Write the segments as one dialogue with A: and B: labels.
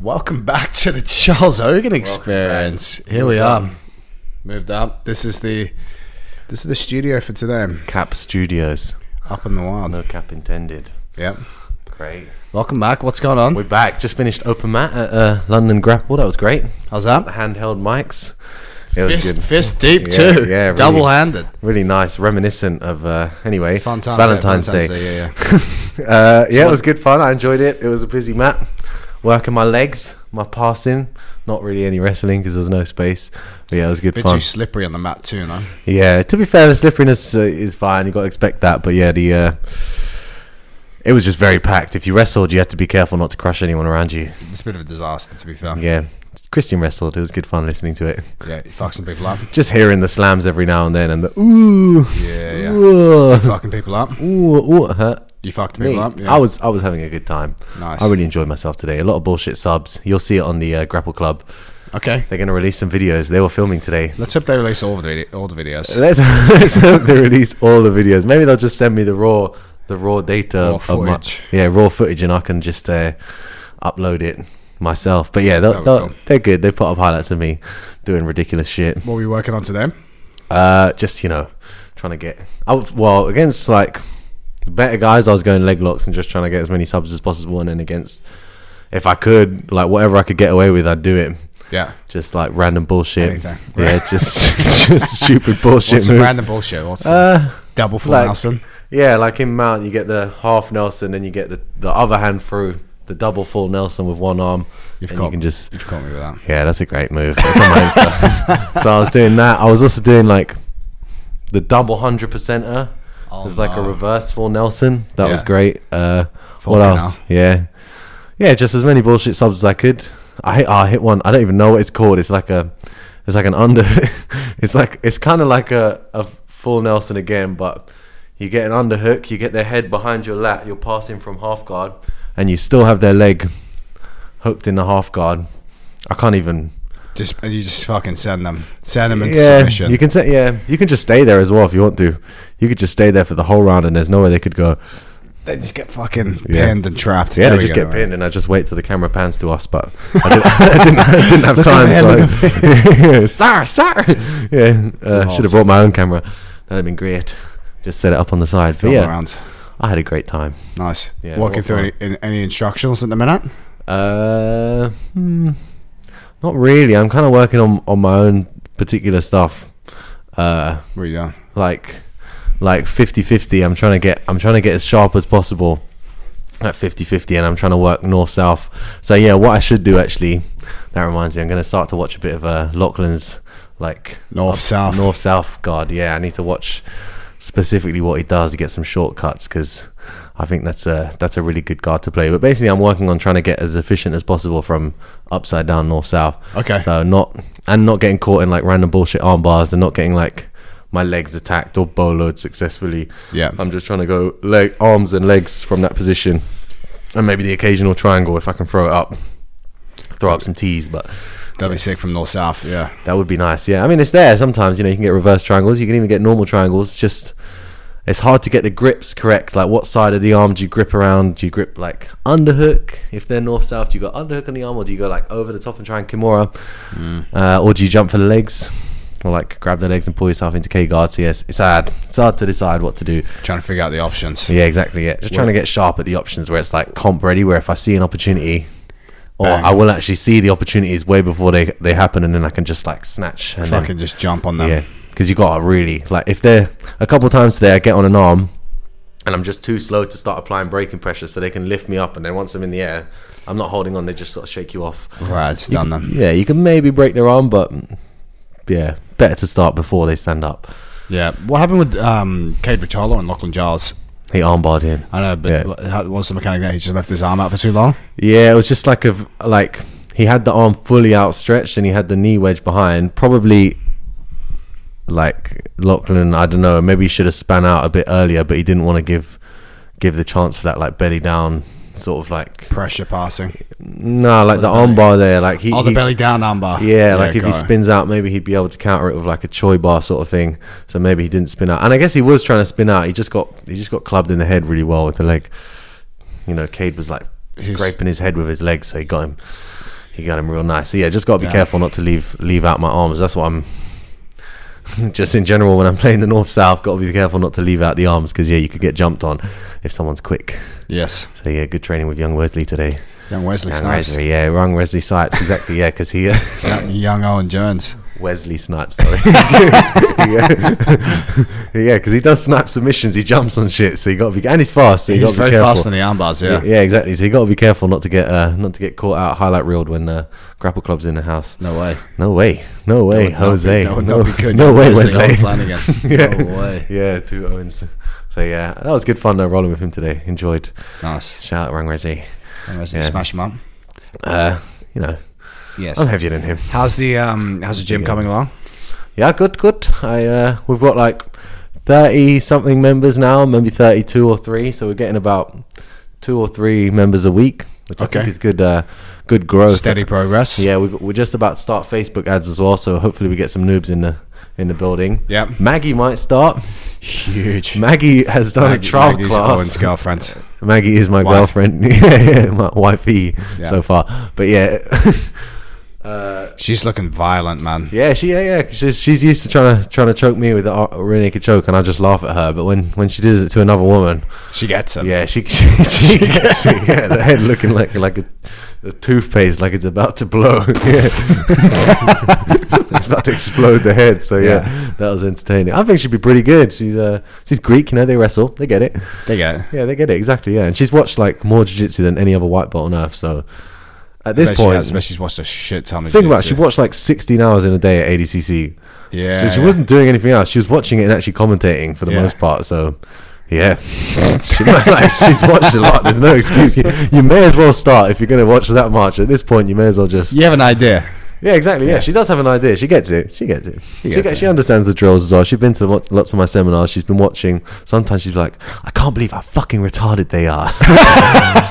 A: Welcome back to the Charles Hogan Experience. Here we are.
B: up.
A: Moved up. This is the this is the studio for today.
B: Cap Studios.
A: Up in the wild.
B: No cap intended.
A: Yep.
B: Great.
A: Welcome back. What's going on?
B: We're back. Just finished open mat at uh, London Grapple. That was great.
A: How's that?
B: Handheld mics. It was
A: Fist,
B: good.
A: fist deep
B: Yeah,
A: too.
B: yeah, really.
A: Double-handed.
B: Really nice. Reminiscent of. Uh, anyway,
A: Fun
B: it's
A: time,
B: Valentine's
A: yeah, Valentine's
B: Day.
A: Day, yeah,
B: uh, yeah, it was good fun. I enjoyed it. It was a busy mat. Working my legs, my passing. Not really any wrestling because there's no space. But yeah, it was good
A: Bit
B: fun.
A: too slippery on the mat too, no?
B: Yeah, to be fair, the slipperiness uh, is fine. You got to expect that, but yeah, the uh, it was just very packed. If you wrestled, you had to be careful not to crush anyone around you.
A: It's a bit of a disaster to be fair.
B: Yeah, Christian wrestled. It was good fun listening to it.
A: Yeah, you fuck some people up.
B: Just hearing the slams every now and then, and the ooh,
A: Yeah, yeah.
B: ooh, uh,
A: Fucking people up.
B: ooh, uh, ooh, huh?
A: You fucked people
B: Me.
A: up. Yeah.
B: I was I was having a good time.
A: Nice.
B: I really enjoyed myself today. A lot of bullshit subs. You'll see it on the uh, Grapple Club.
A: okay.
B: They're going to release some videos. They were filming today.
A: Let's hope they release all the video, all the videos.
B: Let's, let's hope they release all the videos. Maybe they'll just send me the raw, the raw data
A: Raw
B: of my,
A: footage.
B: yeah, raw footage, and I can just uh, upload it myself. But yeah,
A: That
B: they'll,
A: would
B: they'll,
A: go.
B: they're good. They put up highlights of me doing ridiculous shit.
A: What were you working on today?
B: Uh, just you know, trying to get. I, w- well, against like better guys, I was going leg locks and just trying to get as many subs as possible. And then against, if I could, like whatever I could get away with, I'd do it.
A: Yeah.
B: Just like random bullshit.
A: Anything.
B: Yeah, just just stupid bullshit.
A: What's some
B: moves.
A: random bullshit? What's some
B: Uh,
A: double full
B: like-
A: Nelson?
B: Yeah, like in Mount, you get the half Nelson, then you get the, the other hand through the double full Nelson with one arm.
A: You've
B: and
A: caught,
B: you can just
A: you've caught me with that.
B: yeah, that's a great move. That's on my Insta. so I was doing that. I was also doing like the double hundred percenter.
A: Oh,
B: There's like a
A: no.
B: reverse full Nelson. That was
A: Yeah.
B: great. Uh, what
A: Fucking
B: else?
A: hell.
B: Yeah, yeah, just as many bullshit subs as I could. I hit. I hit one. I don't even know what it's called. It's like a. It's like an under. it's like it's kind of like a a full Nelson again, but you get an underhook. You get their head behind your lat. You're passing from half guard, and you still have their leg hooked in the half guard. I can't even.
A: Just and you just fucking send them, send them into
B: Yeah,
A: submission.
B: you can say yeah. You can just stay there as well if you want to. You could just stay there for the whole round, and there's nowhere they could go.
A: they just get fucking
B: Yeah.
A: pinned and trapped.
B: Yeah,
A: There
B: they
A: we
B: just
A: go,
B: get
A: right.
B: pinned, and I just wait till the camera pans to us. But I didn't, I didn't, I didn't have
A: Look
B: time.
A: at the
B: So sorry, sorry. Yeah, uh, should have brought my own camera. That'd have been great. Just set it up on the side. But
A: Film
B: yeah,
A: around.
B: I had a great time.
A: Nice.
B: Yeah,
A: Walking
B: well
A: through any, in, any instructionals at the minute.
B: Uh, hmm, not really. I'm kind of working on on my own particular stuff. Uh,
A: What are you doing?
B: like like 50-50 i'm trying to get i'm trying to get as sharp as possible at 50-50 and i'm trying to work north south so yeah what i should do actually that reminds me i'm going to start to watch a bit of uh, lachlan's like
A: North south.
B: north south guard yeah i need to watch specifically what he does to get some shortcuts because i think that's a that's a really good guard to play but basically i'm working on trying to get as efficient as possible from upside down north south
A: Okay.
B: so not and not getting caught in like random bullshit arm bars and not getting like my legs attacked or boloed successfully.
A: Yeah.
B: I'm just trying to go leg arms and legs from that position. And maybe the occasional triangle if I can throw it up. Throw up some tees, but
A: That'd be sick from north south. Yeah.
B: that would be nice. Yeah. I mean it's there sometimes, you know, you can get reverse triangles, you can even get normal triangles, just it's hard to get the grips correct. Like what side of the arm do you grip around? Do you grip like underhook? If they're north south, do you go underhook on the arm, or do you go like over the top and try and kimura, uh, or do you jump for the legs, or like grab the legs and pull yourself into K guard? So yes, it's hard. It's hard to decide what to do.
A: Trying to figure out the options.
B: Yeah, exactly. Yeah, just trying to get sharp at the options where it's like comp ready. Where if I see an opportunity, or
A: Bang.
B: I will actually see the opportunities way before they they happen, and then I can just like snatch and then
A: Fucking just jump on them.
B: yeah, because you got to really like if they're a couple times today, I get on an arm, and I'm just too slow to start applying braking pressure, so they can lift me up, and then once I'm in the air, I'm not holding on. They just sort of shake you off.
A: Right, it's done then.
B: Yeah, you can maybe break their arm, but mm, yeah, better to start before they stand up.
A: Yeah. What happened with um, Cade Vitolo and Lachlan Giles?
B: He armbarred him.
A: I know, but
B: Yeah.
A: what- how, what's the mechanic there? He just left his arm out for too long.
B: Yeah, it was just like a v- like he had the arm fully outstretched and he had the knee wedge behind. Probably like Lachlan, I don't know. Maybe he should have span out a bit earlier, but he didn't want to give give the chance for that like belly down sort of like
A: Pressure passing.
B: no like the armbar there. Like he,
A: Oh, the
B: he-
A: belly down armbar.
B: yeah, like if
A: got
B: he
A: it.
B: spins out, maybe he'd be able to counter it with like a choi bar sort of thing. So maybe he didn't spin out, and I guess he was trying to spin out. He just got he just got clubbed in the head really well with the leg. You know, Cade was like
A: He was-
B: scraping his head with his leg, so he got him. You got him real nice. So yeah, just got to be
A: Yeah.
B: careful not to leave leave out my arms. That's what I'm. just in general, when I'm playing the north south, got to be careful not to leave out the arms because yeah, you could get jumped on if someone's quick.
A: Yes.
B: So yeah, good training with young Wesley today.
A: Young Wesley
B: Young
A: Snipes.
B: Wesley, yeah, wrong Wesley Snipes, exactly. Yeah, because he uh,
A: Young, young Owen Jones.
B: Wesley Snipes, sorry. yeah, because he does snap submissions. He jumps on shit, so you got to be and he's fast. So you got
A: He's
B: to be
A: very
B: careful.
A: fast on the arm bars,
B: yeah.
A: yeah.
B: exactly. So you got to be careful not to get uh, not to get caught out highlight reeled when uh, grapple clubs in the house.
A: No way.
B: No way, no way,
A: That would not be-
B: Jose.
A: that would
B: no,
A: not be good.
B: no way,
A: Wesley
B: Wesley.
A: Flanagan.
B: yeah.
A: No way.
B: Yeah, two Owens. So yeah, that was good fun though. Rolling with him today, enjoyed.
A: Nice.
B: Shout out, Rang Wesley.
A: Young Wesley
B: Yeah.
A: smash him up.
B: Uh, you know,
A: Yes.
B: I'm heavier than him.
A: How's the um how's the gym coming along?
B: Yeah, good, good. I uh, we've got like thirty something members now, maybe thirty two or three. So we're getting about two or three members a week, which I think
A: Okay.
B: is good. Uh, good growth.
A: Steady progress.
B: Yeah, we we're just about to start Facebook ads as well. So hopefully we get some noobs in the in the building.
A: Yep.
B: Maggie might start.
A: Huge.
B: Maggie has done
A: Maggie-
B: a trial
A: Maggie's
B: class.
A: Owen's girlfriend.
B: Maggie is my
A: Wife.
B: girlfriend. yeah, yeah, my wifey
A: Yeah.
B: so far. But yeah.
A: She's looking violent, man.
B: Yeah, she yeah yeah. 'cause She's, she's used to trying to trying to choke me with a a rear naked choke, and I just laugh at her. But when when she does it to another woman,
A: She gets it.
B: yeah, she she, she gets it. Yeah, the head looking like like a, a toothpaste, like it's about to blow. Yeah. it's about to explode the head. So yeah, that was entertaining. I think she'd be pretty good. She's uh she's Greek, you know. They wrestle, they get it.
A: They get it.
B: Yeah, they get it exactly. Yeah, and she's watched like more jiu-jitsu than any other white belt on earth. So at this
A: I bet she
B: point,
A: has, I bet she's watched a shit ton of
B: think about it, she
A: jiu-jitsu.
B: watched like 16 hours in a day at ADCC.
A: Yeah.
B: So she
A: yeah.
B: wasn't doing anything else. She was watching it and actually commentating for the
A: Yeah.
B: most part. So, yeah, she, like, she's watched a lot. There's no excuse. You, you may as well start if you're going to watch that much. At this point, you may as well just yeah,
A: You have an idea.
B: exactly. Yeah. she does have an idea. She gets it. She gets it. She,
A: gets
B: gets,
A: it.
B: she understands the drills as well. She's been to lo- lots of my seminars. She's been watching. Sometimes she's like, I can't believe how fucking retarded they are.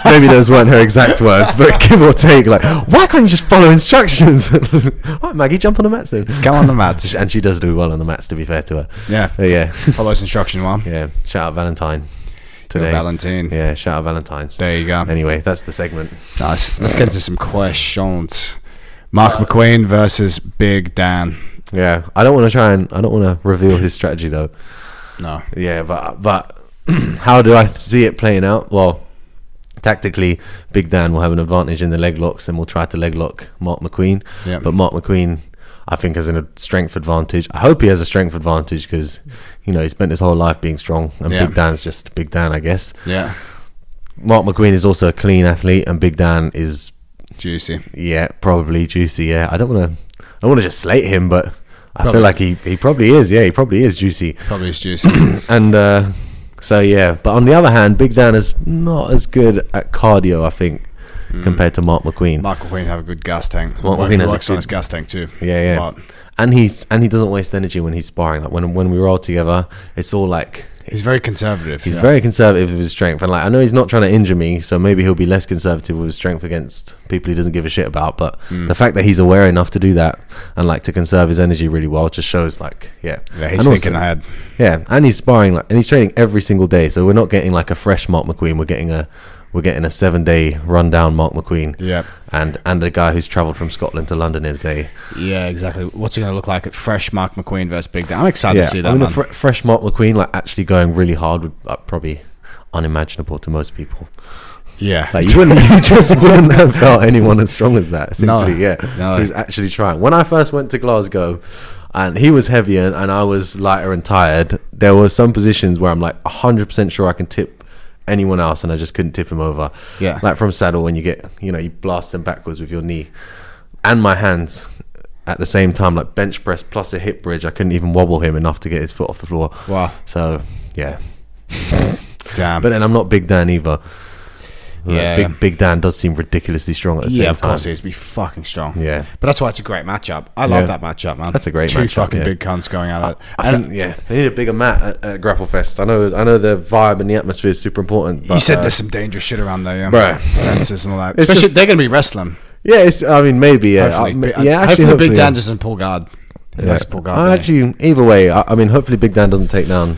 B: Maybe those weren't her exact words, but give or take, like, why can't you just follow instructions? All right, Maggie, jump on the mats then.
A: Come on the mats.
B: And she does do well on the mats, to be fair to her.
A: Yeah.
B: Uh, yeah,
A: Follows instruction one.
B: yeah. Shout out Valentine today.
A: Valentine.
B: Yeah, shout out Valentine's.
A: There you go.
B: Anyway, that's the segment.
A: Nice. Let's get into some questions. Mark McQueen versus Big Dan.
B: Yeah, I don't want to try and I don't want to reveal his strategy though.
A: No.
B: Yeah, but but how do I see it playing out? Well, tactically, Big Dan will have an advantage in the leg locks and will try to leg lock Mark McQueen.
A: Yeah.
B: But Mark McQueen, I think, has a strength advantage. I hope he has a strength advantage because you know he spent his whole life being strong, and
A: Yeah.
B: Big Dan's just Big Dan, I guess.
A: Yeah.
B: Mark McQueen is also a clean athlete, and Big Dan is
A: Juicy.
B: yeah probably juicy. Yeah, I don't want to, I want to just slate him, but I
A: Probably.
B: feel like he he probably is. Yeah, he probably is juicy,
A: Probably is juicy.
B: and uh, so yeah. But on the other hand, Big Dan is not as good at cardio, I think, compared to Mark McQueen.
A: Mark McQueen have a good gas tank.
B: Mark
A: Well,
B: McQueen
A: he
B: has a
A: works on
B: good-
A: his gas tank too.
B: Yeah, yeah.
A: But
B: and he's and he doesn't waste energy when he's sparring. Like when when we roll together, it's all like
A: he's very conservative.
B: He's
A: yeah.
B: very conservative with his strength, and like I know he's not trying to injure me, so maybe he'll be less conservative with his strength against people he doesn't give a shit about. But
A: Hmm.
B: the fact that he's aware enough to do that and like to conserve his energy really well just shows, like, yeah,
A: Yeah, he's
B: And also-
A: thinking ahead.
B: yeah, and he's sparring like, and he's training every single day, so we're not getting like a fresh Mark McQueen. We're getting a we're getting a seven day rundown Mark McQueen,
A: Yeah.
B: and and a guy who's travelled from Scotland to London in a day.
A: Yeah, exactly. What's it going to look like at fresh Mark McQueen versus Big Dan? I'm excited to see that,
B: I mean, a
A: man.
B: fre- fresh Mark McQueen like actually going really hard would like, probably unimaginable to most people.
A: yeah.
B: Like you wouldn't, you just wouldn't have felt anyone as strong as that.
A: No.
B: Simply, yeah.
A: No.
B: Who's actually trying? When I first went to Glasgow, and he was heavier and, and I was lighter and tired. There were some positions where I'm like 100 percent sure I can tip anyone else, and I just couldn't tip him over.
A: Yeah.
B: Like from saddle, when you get, you know, you blast them backwards with your knee, and my hands. At the same time, like bench press plus a hip bridge, I couldn't even wobble him enough to get his foot off the floor.
A: wow.
B: So, yeah,
A: Damn.
B: but then I'm not Big Dan either. Like,
A: Yeah.
B: Big Big Dan does seem ridiculously strong at the
A: yeah,
B: same
A: of
B: time.
A: course he's be fucking strong.
B: Yeah.
A: But that's why it's a great matchup. I love
B: Yeah.
A: that matchup, man.
B: That's a great
A: Two
B: matchup,
A: fucking
B: yeah.
A: big cunts going at it.
B: I
A: and
B: think, yeah, they need a bigger mat at, at Grapple Fest. I know, I know the vibe and the atmosphere is super important. But,
A: you said
B: uh,
A: there's some dangerous shit around there, yeah.
B: Bruh.
A: Fences and all that.
B: It's
A: Especially
B: just-
A: they're going to be wrestling.
B: Yeah, it's, I mean, maybe. Yeah,
A: Hopefully,
B: I-
A: Big-
B: yeah. Actually,
A: hopefully, Big Dan
B: yeah.
A: doesn't pull guard. He
B: Yeah.
A: likes to pull guard.
B: I
A: doesn't he?
B: actually, either way, I, I mean, hopefully, Big Dan doesn't take down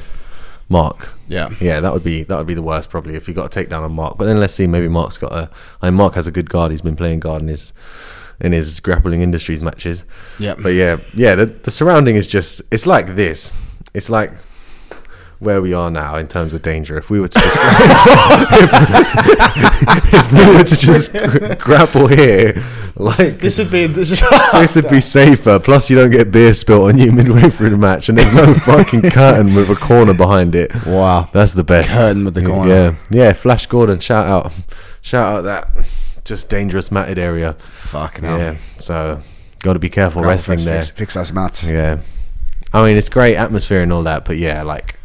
B: Mark.
A: yeah.
B: Yeah, that would be that would be the worst probably if you got a takedown on Mark. But then let's see, maybe Mark's got a. I mean, Mark has a good guard. He's been playing guard and is in his grappling industries matches.
A: Yeah.
B: But yeah, yeah, the, the surrounding is just it's like this. It's like where we are now in terms of danger. If we were to just if, if we were to just gr- grapple here, like
C: This would be this is
B: this would be safer. Plus, you don't get beer spilt on you midway through the match, and there's no fucking curtain with a corner behind it.
A: Wow.
B: That's the best.
A: Curtain with the corner.
B: Yeah, yeah. Flash Gordon, shout out, shout out that just dangerous matted area.
A: Fucking hell.
B: Yeah. So, got to be careful
A: Grapple
B: wrestling
A: fix,
B: there.
A: Fix, fix us, Matt.
B: Yeah. I mean, it's great atmosphere and all that, but yeah, like,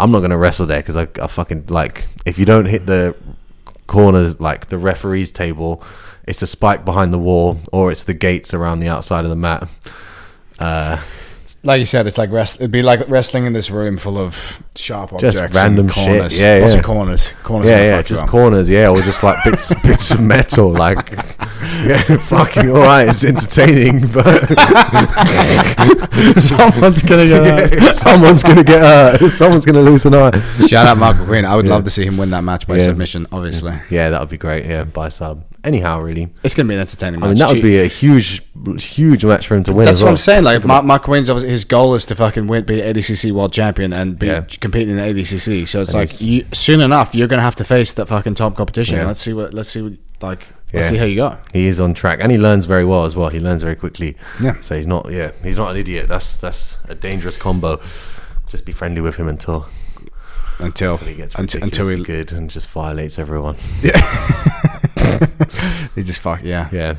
B: I'm not going to wrestle there because I, I fucking, like, if you don't hit the corners, like the referee's table, it's a spike behind the wall or it's the gates around the outside of the mat. Uh,
A: Like you said, it's like rest, it'd be like wrestling in this room full of sharp objects,
B: Just random
A: and
B: shit.
A: corners.
B: Yeah,
A: Lots
B: yeah.
A: of corners. Corners.
B: yeah,
A: gonna
B: yeah,
A: fuck you
B: just
A: up.
B: corners, yeah, or just like bits bits of metal, like, yeah, fucking all right, it's entertaining, but someone's gonna get hurt. someone's gonna get hurt, someone's gonna lose an eye.
A: Shout out Mark McQueen. I would
B: Yeah.
A: love to see him win that match by
B: Yeah.
A: submission. Obviously,
B: Yeah, that would be great. Yeah, by sub. Anyhow, really,
A: it's gonna be an entertaining match.
B: I mean that
A: Gee,
B: would be a huge, huge match for him to win.
A: That's
B: as
A: what
B: well.
A: I'm saying. Like Mark, Mark McQueen's obviously his goal is to fucking win, be ADCC world champion, and be
B: Yeah.
A: competing in ADCC. So it's
B: And
A: like
B: he's-
A: you, soon enough, you're gonna have to face that fucking top competition.
B: Yeah.
A: Let's see what. Let's see what. Like,
B: Yeah.
A: let's see how you go.
B: He is on track, and he learns very well as well. He learns very quickly.
A: Yeah.
B: So he's not. Yeah, he's not an idiot. That's that's a dangerous combo. Just be friendly with him until
A: Until
B: he gets
A: until, until
B: ridiculously
A: we
B: good and just violates everyone.
A: they just fuck yeah.
B: Yeah.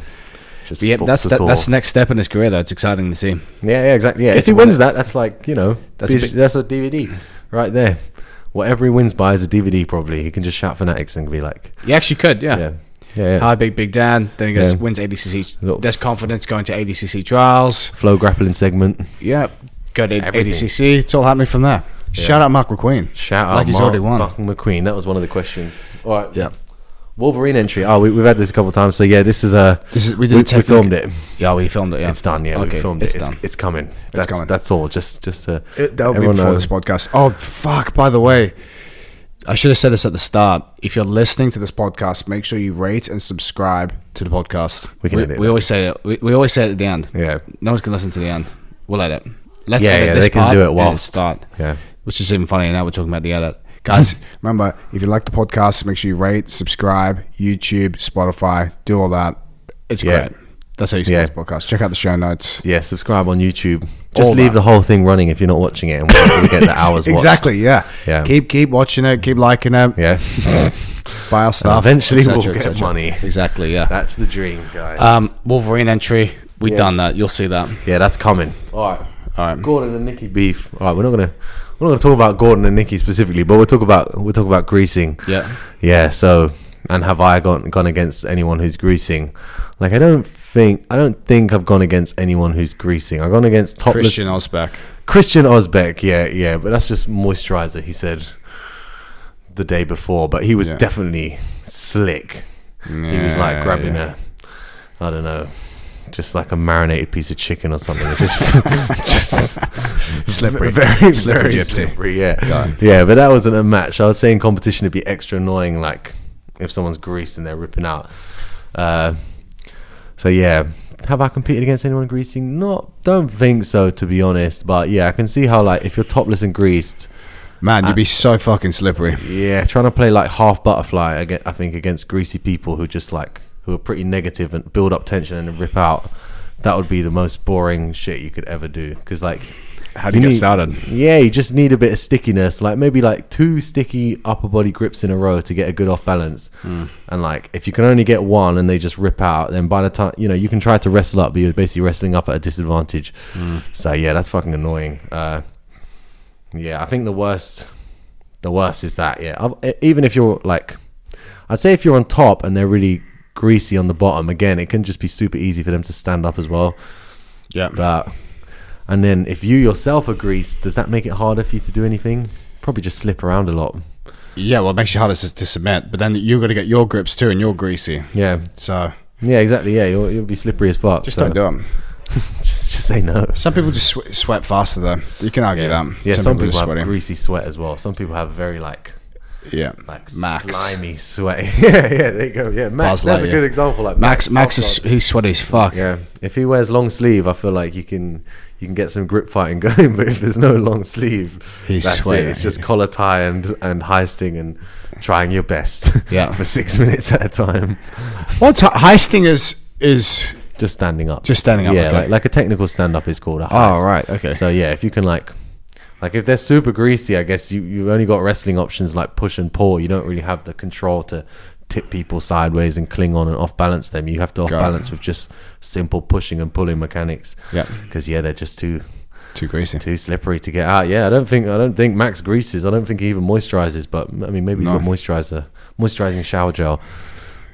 B: Just
A: But yeah,
B: fucks
A: that's
B: us
A: that,
B: all.
A: that's the next step in his career though. It's exciting to see.
B: yeah, yeah, exactly. Yeah, if
A: to
B: he
A: win
B: wins that, that's like you know,
A: That's
B: that's
A: a
B: a,
A: big-
B: that's a DVD right there. Whatever he wins by is a DVD. Probably he can just shout fanatics and be like,
A: He actually could, yeah.
B: yeah, yeah, yeah.
A: Uh, Hi, Big Big Dan. Then he goes
B: Yeah.
A: wins ADCC.
B: Little-
A: There's confidence going to ADCC trials.
B: flow grappling segment.
A: Yeah, go to
B: Everything.
A: ADCC. It's all happening from there. Shout out Mark McQueen.
B: Shout out
A: Like he's
B: Mark
A: already won.
B: fucking McQueen. That was one of the questions. All right.
A: Yeah.
B: Wolverine entry. Oh, we, we've had this a couple of times. So yeah, this is a
A: This is- we did a technical-
B: filmed it.
A: Yeah, we filmed it. Yeah.
B: It's done. Yeah,
A: Okay,
B: we filmed
A: it's
B: it.
A: done.
B: It's, it's coming. That's
A: coming.
B: that's all. Just just to
A: that'll be
B: everyone
A: before
B: knows.
A: this podcast. Oh fuck! By the way, I should have said this at the start. If you're listening to this podcast, make sure you rate and subscribe to the podcast.
B: We can
A: we,
B: edit that.
A: always say it. We, we always say it at the end.
B: Yeah.
A: No one's gonna listen to the end. We'll edit. Let's
B: Yeah,
A: edit
B: yeah,
A: this
B: they can
A: part
B: do it
A: and
B: whilst.
A: start.
B: Yeah.
A: Which is even funny. Now we're talking about the edit. Guys, remember if you like the podcast, make sure you rate, subscribe, YouTube, Spotify, do all that. It's
B: Yeah.
A: great. That's how you
B: Yeah.
A: support the podcast. Check out the show notes.
B: yeah, subscribe on YouTube. Just
A: All
B: leave
A: that.
B: the whole thing running if you're not watching it, and we'll we'll get the hours watched.
A: exactly. Yeah.
B: Yeah.
A: Keep keep watching it. Keep liking it.
B: Yeah.
A: Buy our stuff.
B: eventually
A: et cetera,
B: we'll
A: et
B: get
A: cetera.
B: money.
A: Exactly. Yeah.
B: that's the dream, guys.
A: Um, Wolverine entry. We've
B: Yeah.
A: done that. You'll see that.
B: yeah, that's coming. All right.
A: All right.
B: Gordon and Nikki beef. All right, we're not gonna we're not gonna talk about Gordon and Nikki specifically, but we'll talk about we'll talk about greasing.
A: Yeah.
B: Yeah, so and have I gone gone against anyone who's greasing? Like I don't think I don't think I've gone against anyone who's greasing. I've gone against topless
A: Christian
B: Christian,
A: Osbeck.
B: Osbeck. Yeah, yeah, but that's just moisturizer. He said the day before, but he was
A: Yeah.
B: definitely slick. he was like grabbing
A: yeah.
B: a I don't know. Just like a marinated piece of chicken or something. It Just, just
A: Slippery.
B: very,
A: Slippery
B: very
A: gypsy.
B: slippery, yeah. Yeah, but that wasn't a match. I was saying competition would be extra annoying, like if someone's greased and they're ripping out. Uh, so yeah, have I competed against anyone greasing? Not, don't think so, to be honest. But yeah, I can see how like if you're topless and greased,
A: Man, you'd be so fucking slippery.
B: yeah, trying to play like half butterfly. aga- I think against greasy people who just like who are pretty negative and build up tension and then rip out. That would be the most boring shit you could ever do. Because like,
A: How do you get
B: need-
A: started?
B: Yeah, you just need a bit of stickiness, like maybe like two sticky upper body grips in a row to get a good off balance. And like if you can only get one and they just rip out, then by the time you know you can try to wrestle up, but you're basically wrestling up at a disadvantage. So yeah, that's fucking annoying. Uh, yeah, I think the worst, the worst is that. Yeah, I've, e, even if you're like, I'd say if you're on top and they're really greasy on the bottom, again, it can just be super easy for them to stand up as well.
A: Yeah.
B: But and then if you yourself are greased, does that make it harder for you to do anything? Probably just slip around a lot.
A: Yeah, well, it makes you harder to, to submit, but then you're going to get your grips too, and you're greasy.
B: Yeah,
A: So
B: yeah, exactly. Yeah, you'll, you'll be slippery as fuck.
A: just
B: so
A: don't do them.
B: Just, just say no.
A: Some people just swe- sweat faster, though. You can argue that.
B: Yeah, some, people,
A: just
B: have greasy sweat as well. Some people have very like
A: Yeah.
B: Like
A: Max.
B: slimy sweat. yeah, yeah, there you go. Yeah, Max.
A: Buzz
B: that's a
A: Lightyear.
B: good example. Like
A: Max, Max is
B: Southside.
A: he's sweaty as fuck.
B: Yeah, if he wears long sleeve, I feel like you can you can get some grip fighting going. But if there's no long sleeve,
A: He's
B: that's
A: sweating.
B: it. It's just collar tie and and heisting and trying your best.
A: Yeah.
B: for six minutes at a time,
A: What's he- heisting is is
B: just standing up.
A: Just standing up,
B: Yeah,
A: okay.
B: like, like a technical stand up is called a heist.
A: Oh, right, okay.
B: So yeah, if you can like. Like if they're super greasy, I guess you you've only got wrestling options like push and pull. You don't really have the control to tip people sideways and cling on and off balance them. You have to off
A: Got it.
B: balance with just simple pushing and pulling mechanics.
A: Yeah.
B: because yeah, they're just too
A: too greasy.
B: too slippery to get out. Yeah, I don't think I don't think Max greases. I don't think he even moisturizes. But I mean, maybe
A: No.
B: he's got moisturizer, moisturizing shower gel.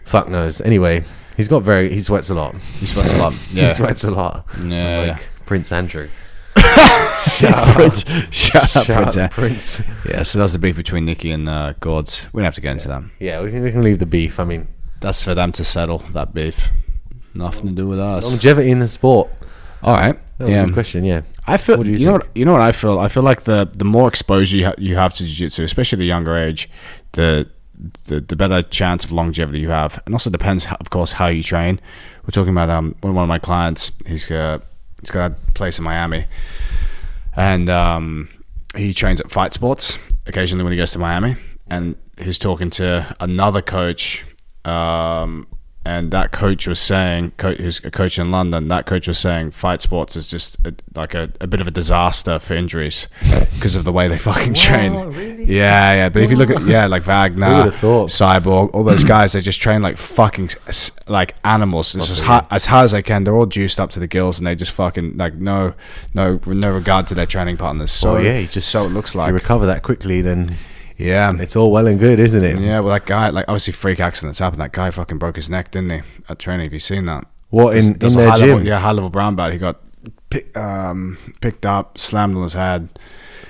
B: Fuck knows. Anyway, he's got very he sweats a lot.
A: He sweats a lot.
B: he
A: Yeah.
B: sweats a lot.
A: Yeah.
B: like Prince Andrew.
A: He's Prince. Shut up,
B: Shout
A: Prince.
B: out
A: eh?
B: Prince.
A: Yeah, so that's the beef between Nikki and uh, Gods. We don't have to get into that.
B: Yeah, we can, we can leave the beef. I mean,
A: That's for them to settle that beef. Nothing to do with us.
B: longevity in the sport.
A: All right.
B: That was
A: yeah.
B: a good question. Yeah,
A: I feel
B: What do
A: you,
B: you
A: know
B: think?
A: what you know what I feel. I feel like the the more exposure you, ha- you have to jiu-jitsu, especially at a younger age, the, the the better chance of longevity you have, and also depends, ho- of course, how you train. We're talking about um one one of my clients. He's uh, he's got a place in Miami, and um, he trains at Fight Sports occasionally when he goes to Miami. And he's talking to another coach, um, and that coach was saying, co- who's a coach in London, that coach was saying Fight Sports is just a, like a, a bit of a disaster for injuries because of the way they fucking train.
B: really?
A: Yeah, yeah. But if you look at yeah, like
B: Who
A: Wagner,
B: would've thought?
A: Cyborg, all those guys, they just train like fucking s- s- like animals. It's as hard, as hard as they can. They're all juiced up to the gills, and they just fucking like no, no, no regard to their training partners. So
B: oh yeah, you just
A: so it looks
B: if
A: like
B: you recover that quickly, then
A: yeah.
B: it's all well and good, isn't it?
A: Yeah, well, that guy, like, obviously, freak accidents happened. That guy fucking broke his neck, didn't he? At training, have you seen that?
B: What in, in
A: There's a
B: their
A: high
B: gym?
A: level, yeah, high level brown belt. He got pick, um, picked up, slammed on his head.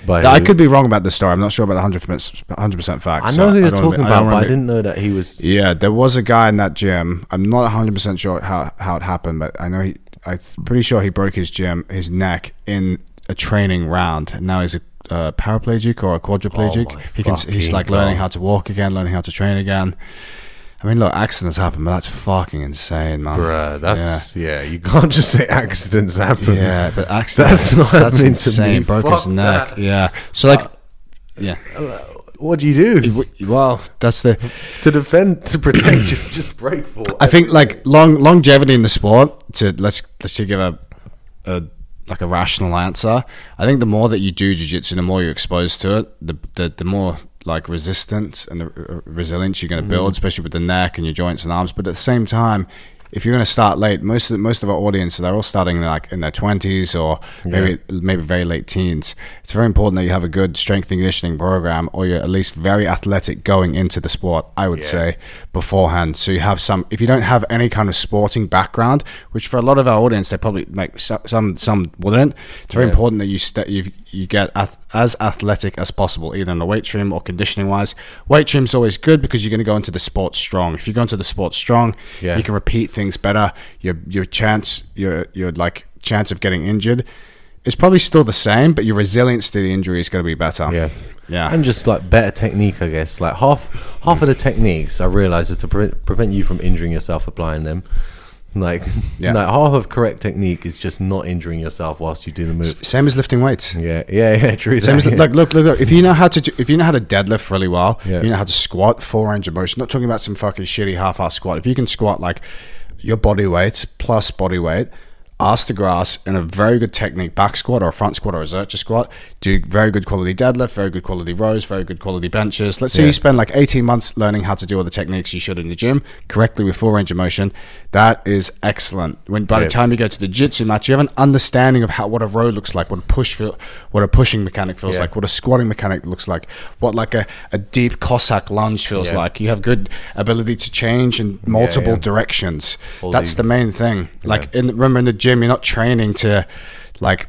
B: By
A: I
B: who?
A: could be wrong about this story. I'm not sure about the hundred percent, hundred percent
B: I
A: facts.
B: know
A: so
B: who
A: I
B: you're
A: don't wanna be-
B: talking
A: I don't
B: about,
A: wanna
B: but I
A: be-
B: didn't know that he was.
A: Yeah, there was a guy in that gym. I'm not 100 percent sure how how it happened, but I know he. I'm pretty sure he broke his gym his neck in a training round. And now he's a uh, paraplegic or a quadriplegic.
B: Oh my
A: he can. He's like
B: fucking
A: learning
B: God.
A: how to walk again, learning how to train again. I mean, look, accidents happen, but that's fucking insane, man.
B: Bruh, that's yeah. You can't just say accidents
A: yeah,
B: happen.
A: yeah but accidents.
B: That's not
A: that's
B: happening to
A: insane.
B: me.
A: Broke his
B: Fuck
A: neck.
B: that. Uh,
A: Yeah. So like, yeah.
B: What do you do
A: Well, that's the.
B: to defend to protect? just just break for.
A: I think like long longevity in the sport. To let's let's just give a, a like a rational answer. I think the more that you do jiu-jitsu, the more you're exposed to it, the the, the more like resistance and the uh, resilience you're going to build, especially with the neck and your joints and arms. But at the same time. If you're going to start late, most of the, most of our audience they're all starting like in their twenties or maybe maybe very late teens. It's very important that you have a good strength and conditioning program, or you're at least very athletic going into the sport. I would
B: Yeah.
A: say beforehand. So you have some. If you don't have any kind of sporting background, which for a lot of our audience they probably like so- some some wouldn't. It's very
B: Yeah.
A: important that you st- you you get ath- as athletic as possible, either in the weight room or conditioning wise. Weight room's always good because you're going to go into the sport strong. If you go into the sport strong,
B: Yeah.
A: you can repeat things better. Your your chance your your like chance of getting injured. is probably still the same, but your resilience to the injury is going to be better.
B: Yeah.
A: yeah.
B: and just like better technique, I guess. Like half half of the techniques I realize are to pre- prevent you from injuring yourself applying them. Like,
A: Yeah.
B: like half of correct technique is just not injuring yourself whilst you do the move.
A: same as lifting weights.
B: Yeah, yeah, yeah. True.
A: Same
B: that,
A: as,
B: yeah.
A: like look, look, look. If you know how to, do, if you know how to deadlift really well,
B: Yeah.
A: you know how to squat full range of motion. Not talking about some fucking shitty half-ass squat. If you can squat like your body weight plus body weight, ass to grass, in a very good technique back squat or a front squat or a zercher squat, do very good quality deadlift, very good quality rows, very good quality benches. Let's say
B: Yeah.
A: you spend like eighteen months learning how to do all the techniques you should in the gym correctly with full range of motion. That is excellent. When by
B: Yeah.
A: the time you go to the jiu-jitsu match, you have an understanding of how what a row looks like, what a push feel, what a pushing mechanic feels
B: Yeah.
A: like, what a squatting mechanic looks like, what like a, a deep Cossack lunge feels
B: Yeah.
A: like. You have good ability to change in multiple directions.
B: All
A: That's
B: the-
A: the main thing. Like in remember in the gym, you're not training to like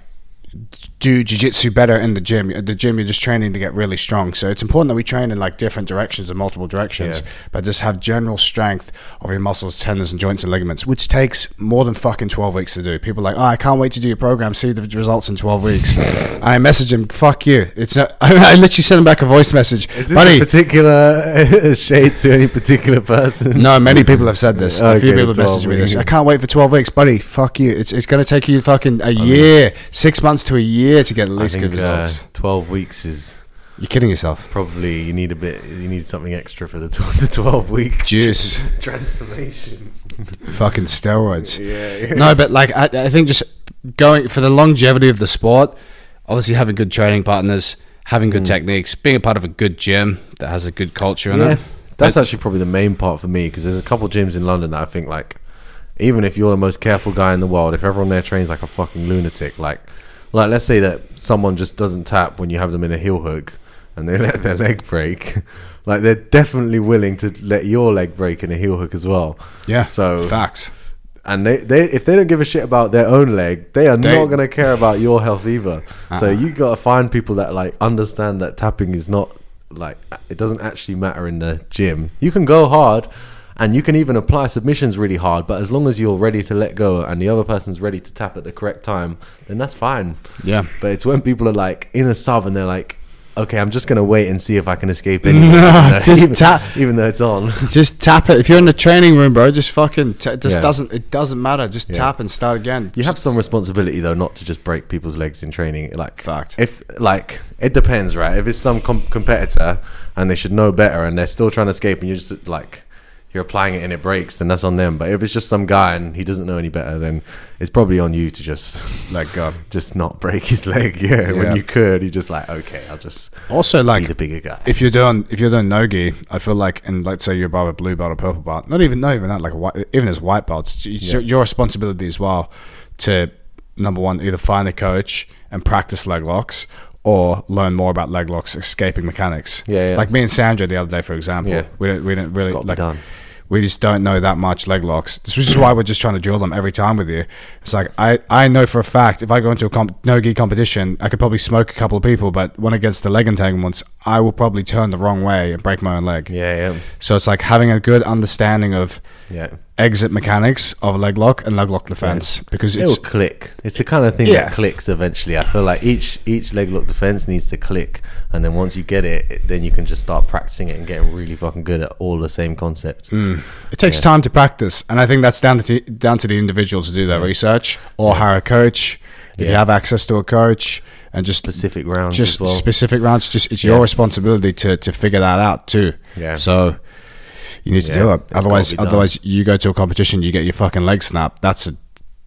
A: do jiu-jitsu better in the gym at the gym you're just training to get really strong so it's important that we train in like different directions and multiple directions
B: Yeah.
A: but just have general strength of your muscles tendons and joints and ligaments which takes more than fucking 12 weeks to do people are like oh i can't wait to do your program see the results in 12 weeks i message him fuck you it's not, i literally sent him back a voice message
B: Is this
A: buddy
B: a particular shade to any particular person?
A: no, many people have said this. a few
B: Okay,
A: people have
B: 12
A: messaged me this.
B: weeks.
A: I can't wait for 12 weeks, buddy. Fuck you. It's, it's going to take you fucking a year, six months to a year to get at
B: I
A: least
B: think
A: good results.
B: uh, twelve weeks is
A: You're kidding yourself.
B: probably you need a bit. You need something extra for the, tw- the twelve week
A: Juice.
B: transformation.
A: fucking steroids.
B: Yeah,
A: No, but like I, I think just going for the longevity of the sport, obviously having good training partners, having
B: Mm.
A: good techniques, being a part of a good gym that has a good culture in
B: Yeah,
A: it.
B: that's actually probably the main part for me because there's a couple gyms in London that I think like, even if you're the most careful guy in the world, if everyone there trains like a fucking lunatic, like, like let's say that someone just doesn't tap when you have them in a heel hook and they let their leg break, like they're definitely willing to let your leg break in a heel hook as well.
A: Yeah.
B: So-
A: facts.
B: And they, they if they don't give a shit about their own leg, they are
A: They- Uh-uh.
B: not gonna care about your health either. So you gotta find people that like understand that tapping is not like it doesn't actually matter in the gym. You can go hard and you can even apply submissions really hard, but as long as you're ready to let go and the other person's ready to tap at the correct time, then that's fine.
A: Yeah.
B: But it's when people are like in a sub and they're like, Okay, I'm just gonna wait and see if I can escape anything. even,
A: just
B: though-
A: tap.
B: even though it's on.
A: Just tap it. If you're in the training room, bro, just fucking t- just
B: Yeah.
A: doesn't it doesn't matter. Just
B: Yeah.
A: tap and start again.
B: You have some responsibility though, not to just break people's legs in training. Like,
A: Fact.
B: if like it depends, right? If it's some com- competitor and they should know better and they're still trying to escape, and you're just like you're applying it and it breaks, then that's on them. But if it's just some guy and he doesn't know any better, then it's probably on you to just
A: let go.
B: just not break his leg. Yeah,
A: Yeah.
B: when you could, you're just like, okay, I'll just
A: Also,
B: be
A: like
B: the bigger guy.
A: if you're doing if you're doing nogi, I feel like, and let's say you're above a blue belt or purple belt, not even not even that, like a white, even as white belts, it's your, your responsibility as well to number one either find a coach and practice leg locks or learn more about leg locks escaping mechanics.
B: Yeah, yeah.
A: like me and Sandra the other day, for example,
B: Yeah.
A: we don't we don't really
B: gotta be
A: like
B: done.
A: we just don't know that much leg locks. This is why we're just trying to drill them every time with you. It's like I, I know for a fact if I go into a comp- no gi competition, I could probably smoke a couple of people, but when it gets to leg entanglements, I will probably turn the wrong way and break my own leg.
B: yeah, yeah,
A: So it's like having a good understanding of
B: yeah.
A: exit mechanics of a leg lock and leg lock defense because
B: It'll
A: it's
B: click. It's the kind of thing
A: Yeah.
B: that clicks eventually. I feel like each each leg lock defense needs to click, and then once you get it, it- then you can just start practicing it and getting really fucking good at all the same concepts.
A: Mm. it takes time to practice, and I think that's down to the, down to the individual to do their research or hire a coach if you
B: Yeah.
A: have access to a coach and just
B: Specific rounds
A: just
B: as well.
A: specific rounds. Just it's
B: Yeah.
A: your responsibility to to figure that out too.
B: Yeah.
A: So you need to
B: Yeah,
A: do it.
B: it's gotta
A: Otherwise,
B: be done.
A: otherwise you go to a competition, you get your fucking leg snapped. That's a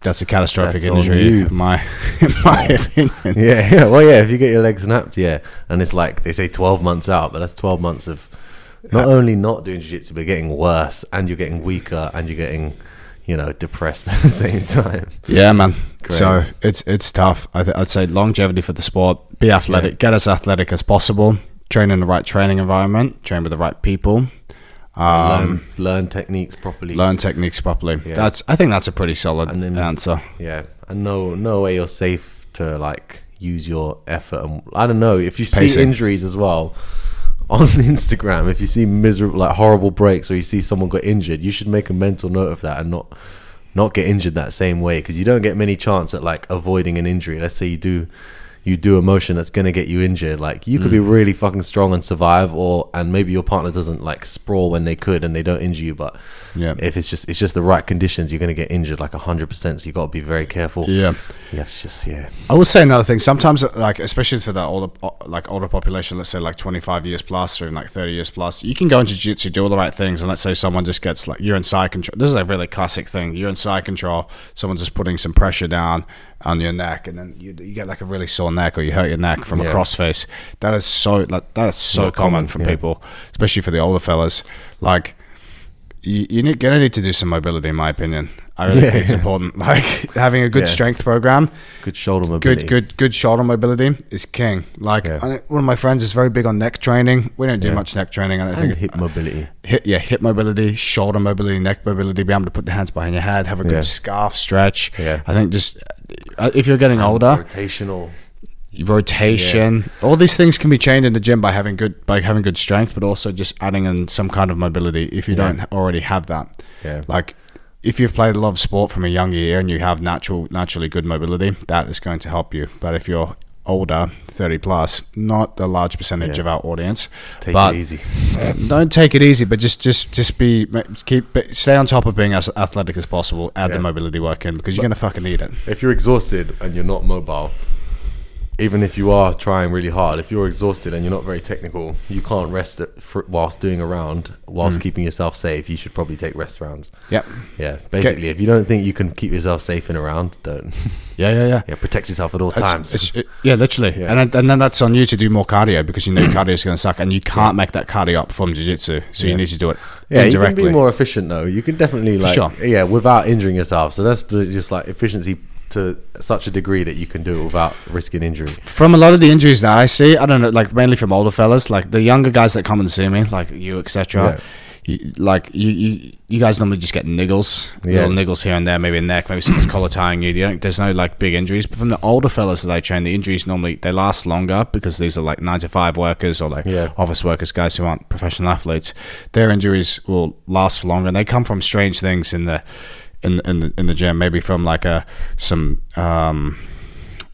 A: that's a catastrophic
B: That's on
A: injury.
B: you.
A: In my in my opinion.
B: yeah, yeah. Well, yeah. If you get your legs snapped, yeah, and it's like they say twelve months out, but that's twelve months of not only not doing jiu-jitsu but getting worse, and you're getting weaker, and you're getting you know depressed at the same time.
A: Yeah, man.
B: Great.
A: So it's it's tough. I th- I'd say longevity for the sport. Be athletic.
B: Yeah.
A: Get as athletic as possible. Train in the right training environment. Train with the right people. Um,
B: learn, learn techniques properly.
A: learn techniques properly.
B: Yeah.
A: That's. I think that's a pretty solid
B: And then-
A: answer.
B: Yeah, and no, no way you're safe to like use your effort. And I don't know if you see
A: Pacing.
B: injuries as well on Instagram. If you see miserable, like horrible breaks, or you see someone got injured, you should make a mental note of that and not not get injured that same way because you don't get many chance at like avoiding an injury. Let's say you do. You do a motion that's gonna get you injured. Like you could be really fucking strong and survive, or and maybe your partner doesn't like sprawl when they could and they don't injure you. But
A: Yeah.
B: if it's just it's just the right conditions, you're going to get injured like hundred percent. So you got to be very careful.
A: Yeah.
B: Yeah, it's just yeah,
A: I will say another thing. Sometimes, like especially for that older, like older population, let's say like twenty five years plus or even like thirty years plus, you can go into jiu-jitsu, do all the right things, and let's say someone just gets like you're in side control. This is a really classic thing. You're in side control. Someone's just putting some pressure down on your neck, and then you, you get like a really sore neck or you hurt your neck from a
B: Yeah.
A: crossface. That is so like, that is so
B: Not
A: common
B: common,
A: for
B: yeah.
A: people, especially for the older fellas. Like you, you're ne- gonna need to do some mobility, in my opinion. I really
B: Yeah.
A: think it's important. Like having a good
B: Yeah.
A: strength program
B: good shoulder mobility.
A: good good good shoulder mobility is king like
B: Yeah.
A: I, one of my friends is very big on neck training we don't do
B: Yeah.
A: much neck training and i
B: and
A: think
B: hip mobility.
A: hip, yeah hip mobility shoulder mobility neck mobility be able to put the hands behind your head have a good
B: Yeah.
A: scarf stretch
B: Yeah.
A: i think just uh, if you're getting older
B: rotational.
A: rotation. All these things can be trained in the gym by having good by having good strength, but also just adding in some kind of mobility if you
B: Yeah.
A: don't already have that.
B: Yeah.
A: Like if you've played a lot of sport from a young year and you have natural naturally good mobility, that is going to help you. But if you're older, thirty plus, not a large percentage
B: Yeah.
A: of our audience,
B: Take
A: but
B: it easy.
A: don't take it easy, but just just just be ma- keep stay on top of being as athletic as possible. Add
B: Yeah.
A: the mobility work in because you're gonna fucking need it.
B: If you're exhausted and you're not mobile, even if you are trying really hard, if you're exhausted and you're not very technical, you can't rest at- fr- whilst doing a round,
A: Mm.
B: whilst keeping yourself safe. You should probably take rest rounds.
A: Yep.
B: Yeah, basically, if you don't think you can keep yourself safe in a round, don't.
A: Yeah, yeah, yeah.
B: yeah, protect yourself at all
A: It's-
B: times.
A: it's- it- yeah, literally.
B: Yeah.
A: And, then- and then that's on you to do more cardio because you know cardio is going to suck and you can't make that cardio up from jiu-jitsu. So you need to do it
B: yeah, you can
A: indirectly.
B: be more efficient though. You can definitely like
A: sure.
B: yeah, without injuring yourself. So that's just like efficiency to such a degree that you can do it without risking injury.
A: from a lot of the injuries that I see, I don't know, like mainly from older fellas, like the younger guys that come and see me, like you, etc. You, like you, you, you guys normally just get niggles,
B: Yeah.
A: little niggles here and there, maybe a neck, maybe someone's collar tying you. you don't, there's no like big injuries, but from the older fellas that I train, the injuries normally they last longer because these are like nine to five workers or like
B: Yeah.
A: office workers, guys who aren't professional athletes. Their injuries will last for longer, and they come from strange things in the in in the, in the gym, maybe from like a some. Um,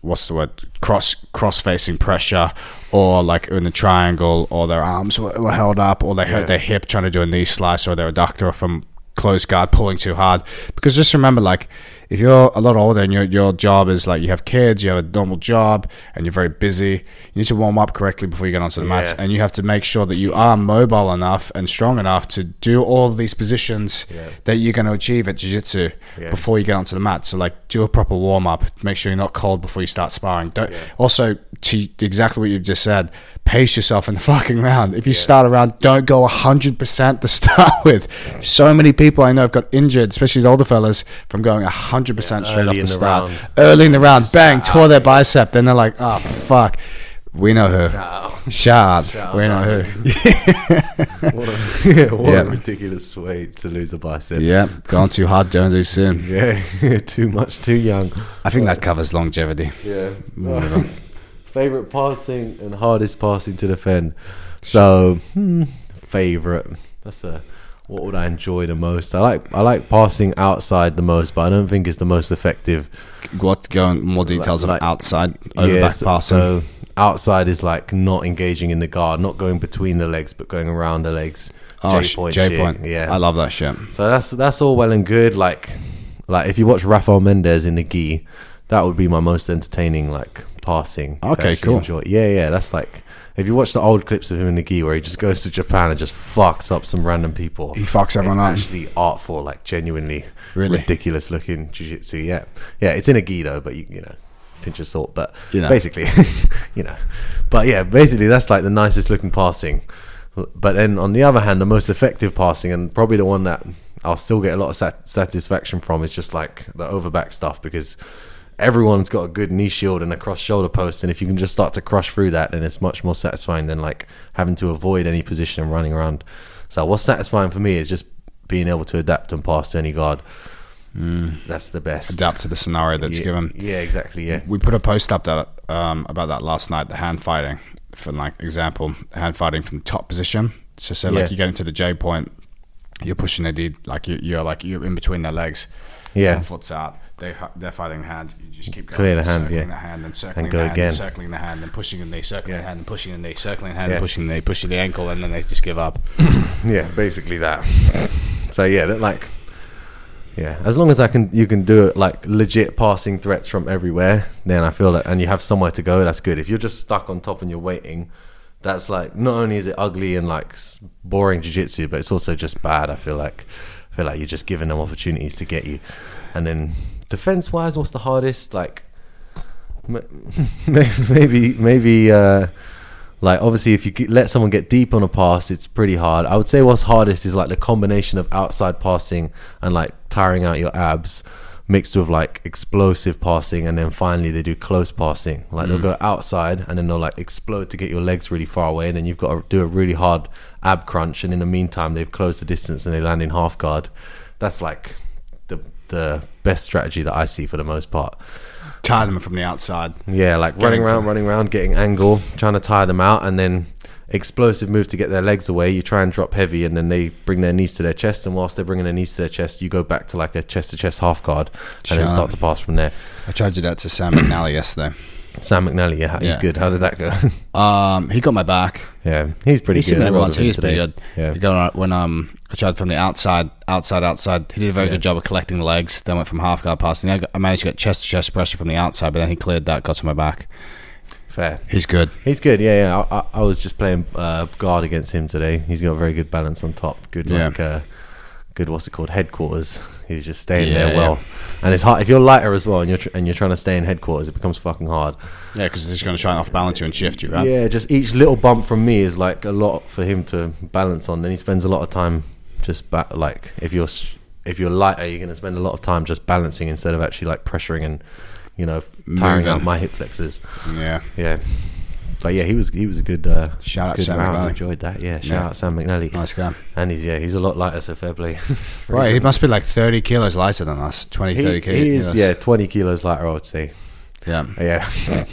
A: what's the word cross cross facing pressure or like in a triangle or their arms were, were held up or they hurt
B: Yeah.
A: their hip trying to do a knee slice or they're a doctor from close guard pulling too hard because just remember like if you're a lot older and your, your job is like you have kids you have a normal job and you're very busy you need to warm up correctly before you get onto the mats
B: Yeah.
A: and you have to make sure that you are mobile enough and strong enough to do all of these positions
B: Yeah.
A: that you're going to achieve at jiu-jitsu
B: Yeah.
A: before you get onto the mat so like do a proper warm-up make sure you're not cold before you start sparring don't also to exactly what you've just said pace yourself in the fucking round if you start a round don't go 100% to start with so many people i know have got injured especially the older fellas from going 100% straight
B: early
A: off the,
B: in the
A: start
B: round.
A: early in the round bang tore their bicep then they're like oh fuck we know her Shut up.
B: Shout
A: We know
B: out.
A: her.
B: what a, yeah, what
A: Yeah.
B: a ridiculous way to lose a bicep.
A: Yeah, gone too hard, don't do soon.
B: Yeah, too much, too young.
A: I think that covers longevity.
B: Yeah. favorite passing and hardest passing to defend. So, hmm, favorite. That's a. What would I enjoy the most? I like I like passing outside the most, but I don't think it's the most effective.
A: What go in more details
B: Like-
A: of outside over
B: Yeah,
A: back
B: so-
A: passing?
B: So outside is like not engaging in the guard, not going between the legs, but going around the legs.
A: oh,
B: J point.
A: J
B: shit,
A: point.
B: Yeah,
A: I love that shit.
B: So that's that's all well and good. Like like if you watch Rafael Mendez in the gi, that would be my most entertaining like passing. to
A: Okay,
B: actually
A: cool.
B: enjoy. Yeah, yeah, that's like if you watch the old clips of him in the gi where he just goes to Japan and just fucks up some random people.
A: He fucks everyone
B: it's
A: up.
B: actually artful, like genuinely
A: Really?
B: ridiculous looking jiu-jitsu. Yeah. Yeah, it's in a gi though, but you you know, pinch of salt, but
A: You know.
B: basically, you know. But yeah, basically that's like the nicest looking passing. But then on the other hand, the most effective passing and probably the one that I'll still get a lot of sat- satisfaction from is just like the overback stuff because everyone's got a good knee shield and a cross shoulder post and if you can just start to crush through that then it's much more satisfying than like having to avoid any position and running around. So what's satisfying for me is just being able to adapt and pass to any guard. That's the best.
A: Adapt to the scenario that's
B: yeah,
A: given.
B: Yeah, exactly. Yeah.
A: We put a post up that um, about that last night. The hand fighting, for like example, hand fighting from top position. So say
B: Yeah.
A: like you get into the J point, you're pushing their D, like you, you're like you're in between their legs.
B: Yeah.
A: one foot's out. They they're fighting hand. You just keep going,
B: Clear the hand,
A: circling
B: yeah.
A: the hand, and circling
B: And go
A: the hand,
B: again.
A: and circling the hand, and pushing the knee, circling the
B: Yeah.
A: hand, and pushing the knee, circling the hand,
B: Yeah.
A: and pushing the knee, pushing the ankle, and then they just give up.
B: Yeah, basically that. so yeah, that, like yeah, as long as I can, you can do it like legit passing threats from everywhere. Then I feel that, and you have somewhere to go. That's good. If you're just stuck on top and you're waiting, that's like not only is it ugly and like s- boring jujitsu, but it's also just bad. I feel like I feel like you're just giving them opportunities to get you. And then defense wise, what's the hardest? Like m- maybe maybe uh, like obviously if you get, let someone get deep on a pass it's pretty hard i would say what's hardest is like the combination of outside passing and like tiring out your abs mixed with like explosive passing and then finally they do close passing like they'll go outside and then they'll like explode to get your legs really far away and then you've got to do a really hard ab crunch and in the meantime they've closed the distance and they land in half guard that's like the the best strategy that i see for the most part
A: tie them from the outside.
B: Yeah, like running around, running around, getting angle, trying to tire them out, and then explosive move to get their legs away. You try and drop heavy, and then they bring their knees to their chest. And whilst they're bringing their knees to their chest, you go back to like a chest to chest half guard, and then
A: Sure.
B: start to pass from there.
A: I tried to do that to Sam McNally yesterday.
B: Sam McNally, yeah, he's
A: Yeah.
B: good. How did that go?
A: Um, he got my back.
B: yeah, he's pretty
A: He
B: good.
A: seen
B: I
A: it
B: rolled
A: once.
B: with him
A: He's pretty
B: today.
A: good. He got, when um, I tried from the outside, outside, outside. He did a very good job of collecting the legs. Then went from half guard passing. I, got, I managed to get chest to chest pressure from the outside, but then he cleared that, got to my back.
B: Yeah, fair.
A: He's good.
B: He's good, yeah, yeah. I, I, I was just playing uh, guard against him today. He's got very good balance on top. Good,
A: Yeah.
B: like, uh, good. What's it called? Headquarters. He's just staying
A: Yeah,
B: there well, and it's hard if you're lighter as well, and you're tr- and you're trying to stay in headquarters. It becomes fucking hard.
A: Yeah, because he's going to try and off balance you and shift you, right?
B: Yeah, just each little bump from me is like a lot for him to balance on. Then he spends a lot of time just ba- like if you're s- if you're lighter, you're going to spend a lot of time just balancing instead of actually like pressuring and you know tiring out
A: Moving.
B: my hip flexors.
A: Yeah.
B: Yeah. But yeah, he was he was a good uh,
A: Shout out
B: good
A: Sam
B: round. I
A: McNally.
B: enjoyed that. Yeah, shout
A: Yeah.
B: out Sam McNally.
A: Nice guy.
B: And he's yeah, he's a lot lighter, so fair play.
A: Right, he must be like 30 kilos lighter than us. 20,
B: He,
A: 30
B: he
A: kilos.
B: is yeah, twenty kilos lighter, I would say.
A: Yeah.
B: Yeah,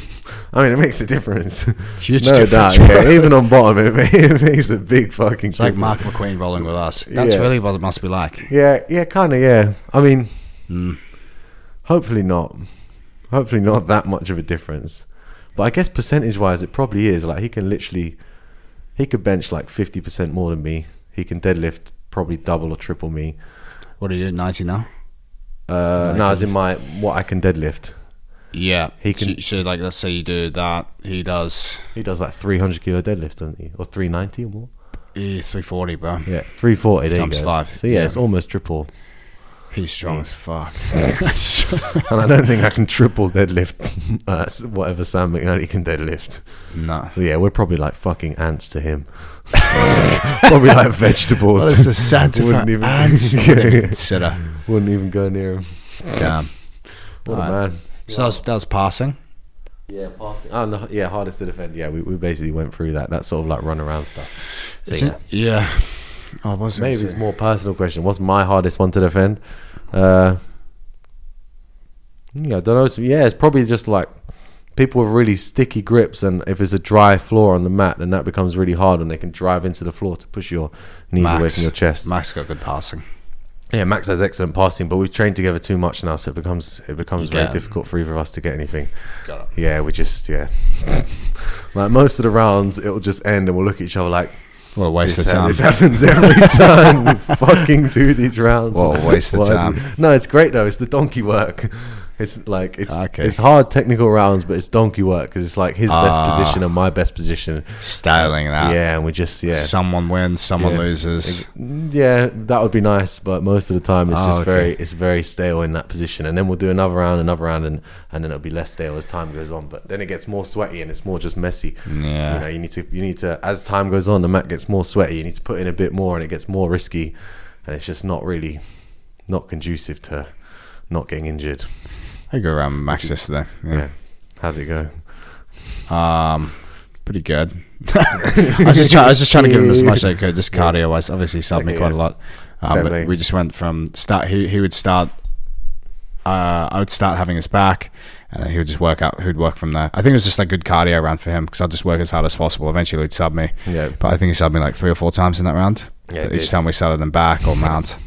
B: I mean it makes a difference.
A: Huge
B: no
A: difference.
B: doubt.
A: bro.
B: Yeah, even on bottom, it, ma- it makes a big fucking.
A: It's like
B: difference.
A: Mark McQueen rolling with us. That's
B: Yeah.
A: really what it must be like.
B: Yeah, yeah, kind of. Yeah, I mean,
A: Mm.
B: hopefully not. Hopefully not that much of a difference, but I guess percentage-wise, it probably is. Like he can literally, he could bench like fifty percent more than me. He can deadlift probably double or triple me.
A: What are you, 90 now?
B: Uh,
A: Right.
B: no, as in my what I can deadlift.
A: Yeah.
B: He
A: He
B: can-
A: can. So, like, let's say you do that. He does
B: He does like three hundred kilo deadlift, doesn't he, or three ninety or more?
A: eh, 340, bro.
B: Yeah, three forty. There
A: Times
B: you go.
A: five.
B: So yeah,
A: Yeah.
B: it's almost triple.
A: He's strong as fuck.
B: and I don't think I can triple deadlift uh, s- whatever Sam McNally can deadlift.
A: no.
B: So yeah, we're probably like fucking ants to him. probably like vegetables.
A: Well, it's the Santa
B: Wouldn't
A: wouldn't
B: even-
A: even, ants
B: Yeah.
A: wouldn't even consider.
B: Wouldn't even go near him.
A: Damn.
B: What a
A: Right.
B: man.
A: So that was, that was passing.
B: Yeah, passing. Oh, no, yeah, hardest to defend. Yeah, we, we basically went through that. That sort of like run around stuff. So, yeah.
A: yeah. Oh, I was gonna
B: Maybe
A: say-
B: it's more personal question. What's my hardest one to defend? Uh, yeah, I don't know. It's, yeah, it's probably just like people with really sticky grips, and if it's a dry floor on the mat, then that becomes really hard, and they can drive into the floor to push your knees away
A: Max.
B: from your chest.
A: Max got good passing.
B: Yeah, Max has excellent passing, but we've trained together too much now, so it becomes it becomes
A: You
B: very
A: get-
B: difficult for either of us to get anything.
A: Got it.
B: Yeah, we just yeah. like most of the rounds, it'll just end, and we'll look at each other like.
A: What a waste
B: This,
A: of
B: ha-
A: time.
B: this happens every time we fucking do these rounds.
A: What a waste of
B: Why do-
A: time.
B: No, it's great though. It's the donkey work. It's like it's
A: Ah, Okay.
B: it's hard technical rounds, but it's donkey work because it's like his best
A: Ah.
B: position and my best position.
A: Styling it out.
B: yeah, and we just yeah
A: Someone wins, someone
B: Yeah.
A: loses.
B: yeah that would be nice, but most of the time it's
A: Ah,
B: just
A: okay.
B: very it's very stale in that position, and then we'll do another round, another round, and and then it'll be less stale as time goes on. But then it gets more sweaty and it's more just messy.
A: Yeah.
B: you know you need to you need to as time goes on the mat gets more sweaty you need to put in a bit more and it gets more risky and it's just not really not conducive to not getting injured
A: I go around with Max yesterday.
B: yeah
A: Yeah.
B: how'd it go
A: Um, pretty good. I was just trying, I was just trying to give him as much as I could, just cardio wise. Obviously, he subbed me
B: Okay,
A: quite
B: yeah.
A: a lot.
B: Fair
A: Um,
B: play.
A: but we just went from start. He he would start. Uh, I would start having his back, and then he would just work out. He'd work from there. I think it was just like good cardio round for him because I'd just work as hard as possible. Eventually, he'd sub me.
B: yeah
A: But I think he subbed me like three or four times in that round.
B: Yeah,
A: But
B: he
A: each
B: did.
A: time we started him back or mount,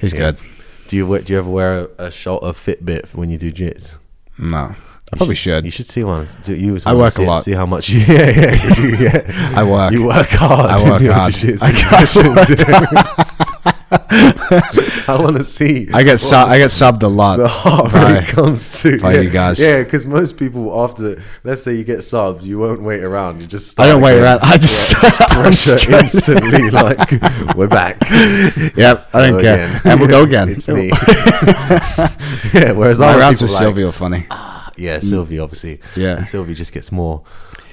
A: he's
B: Yeah.
A: good.
B: do you we- do you ever wear a, a shot of fitbit when you do jits
A: No, I probably should.
B: you should see one Do- you was
A: I
B: one to
A: work a
B: see it,
A: lot.
B: see how much you, yeah yeah, 'cause you, yeah.
A: I work.
B: you work hard
A: I
B: in
A: work
B: your
A: hard.
B: jujitsu
A: I can't
B: sessions. I want to see
A: I get
B: what
A: su- I get subbed a lot.
B: the heart
A: by-
B: Oh, when it comes to
A: by
B: yeah.
A: you guys.
B: Yeah, because most people after, let's say you get subs, you won't wait around. You just
A: I
B: start
A: don't wait
B: again.
A: around. I just, I'm
B: Pressure
A: straight-
B: instantly, like we're back.
A: Yep, I don't
B: Go
A: care.
B: again.
A: And we'll go again.
B: it's me. yeah, whereas
A: My
B: other
A: rounds
B: people
A: with
B: like,
A: Sylvia are funny.
B: Yeah, Sylvie obviously.
A: Yeah.
B: and Sylvie just gets more.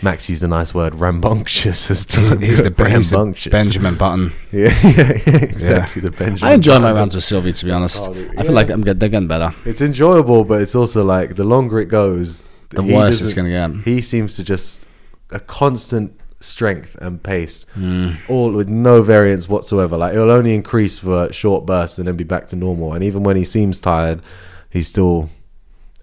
B: Max used a nice word, rambunctious. As time
A: He's the,
B: goes,
A: he's the
B: rambunctious.
A: Benjamin Button.
B: Yeah, yeah, exactly. The Benjamin.
A: I enjoy my
B: Button.
A: rounds with Sylvia, to be honest.
B: Oh, dude,
A: I
B: yeah.
A: feel like I'm get, they're getting better.
B: It's enjoyable, but it's also like the longer it goes,
A: The
B: he
A: worse it's
B: doesn't-
A: gonna get.
B: He seems to just a constant strength and pace,
A: Mm.
B: all with no variance whatsoever. Like it'll only increase for short bursts and then be back to normal. And even when he seems tired, he's still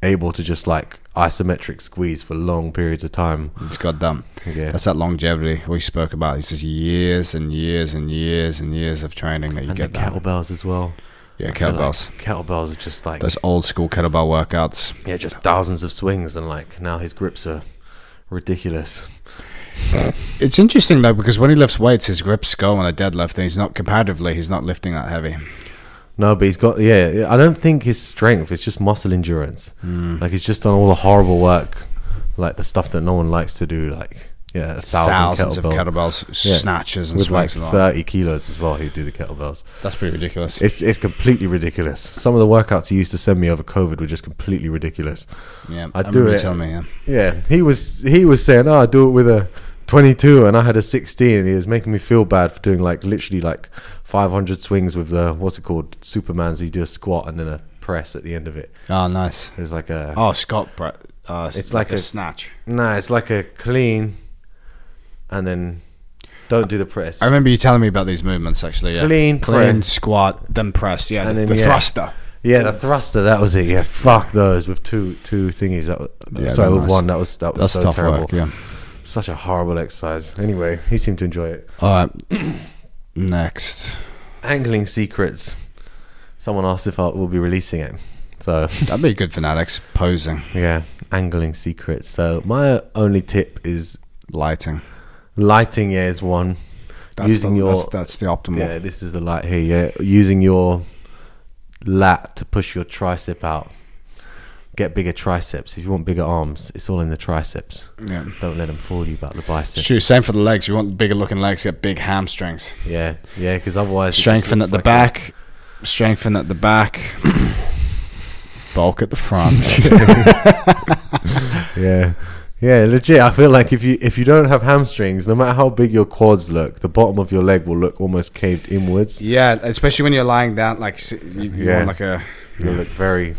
B: able to just like isometric squeeze for long periods of time.
A: It's goddamn.
B: Yeah.
A: That's that longevity we spoke about. It's just years and years and years and years of training that you
B: and the
A: get. That.
B: kettlebells as well.
A: yeah,
B: I feel like
A: kettlebells.
B: kettlebells are just like
A: Those old school kettlebell workouts.
B: yeah, just thousands of swings, and like now his grips are ridiculous.
A: It's interesting though because when he lifts weights, his grips go on a deadlift, and he's not comparatively, he's not lifting that heavy.
B: No, but he's got yeah. I don't think his strength. It's just muscle endurance.
A: Hmm.
B: Like he's just done all the horrible work, like the stuff that no one likes to do. Like yeah, a thousand
A: Thousands
B: kettlebell-
A: of kettlebells,
B: Yeah.
A: snatches, and
B: with like
A: swings. and all that.
B: thirty kilos as well. Who do the kettlebells?
A: That's pretty ridiculous.
B: It's it's completely ridiculous. Some of the workouts he used to send me over COVID were just completely ridiculous.
A: yeah,
B: I
A: I,
B: do
A: do
B: it.
A: Tell me, yeah.
B: Yeah, he was he was saying, "Oh, I do it with a 22," and I had a 16, and he was making me feel bad for doing like literally like 500 swings with the what's it called Superman. So you do a squat and then a press at the end of it.
A: Oh, nice.
B: It's like a
A: Oh, Scott Brett. Uh,
B: It's like a-
A: snatch.
B: nah, it's like a clean, and then don't do the press.
A: I remember you telling me about these movements actually. Yeah.
B: Clean,
A: clean,
B: press.
A: squat, then press. Yeah,
B: And
A: the,
B: then,
A: the
B: yeah.
A: thruster.
B: yeah, the thruster that was it. Yeah, fuck those with two two thingies. That was,
A: Yeah,
B: sorry,
A: they're
B: with
A: nice.
B: one that was that was
A: That's
B: so
A: tough
B: terrible.
A: work. Yeah.
B: Such a horrible exercise. Anyway, he seemed to enjoy it.
A: All right. Next.
B: Angling secrets. Someone asked if I will be releasing it. So
A: That'd be good fanatics. Posing,
B: yeah, angling secrets. So my only tip is
A: lighting.
B: lighting. Yeah, is one.
A: That's
B: Using
A: the,
B: your-
A: that's, that's the optimal.
B: Yeah, this is the light here. Yeah, using your lat to push your tricep out. Get bigger triceps if you want bigger arms. It's all in the triceps.
A: Yeah.
B: Don't let them fool you about the biceps.
A: True. Same for the legs. You want bigger looking legs. Get big hamstrings.
B: Yeah, yeah, because otherwise it just
A: Strengthen at
B: looks
A: the
B: like a-
A: back. Strengthen at the back. Bulk at the front.
B: Yeah. Yeah, legit. I feel like if you if you don't have hamstrings, no matter how big your quads look, the bottom of your leg will look almost caved inwards.
A: yeah, especially when you're lying down, like s- you, you
B: Yeah.
A: want like a
B: You'll look very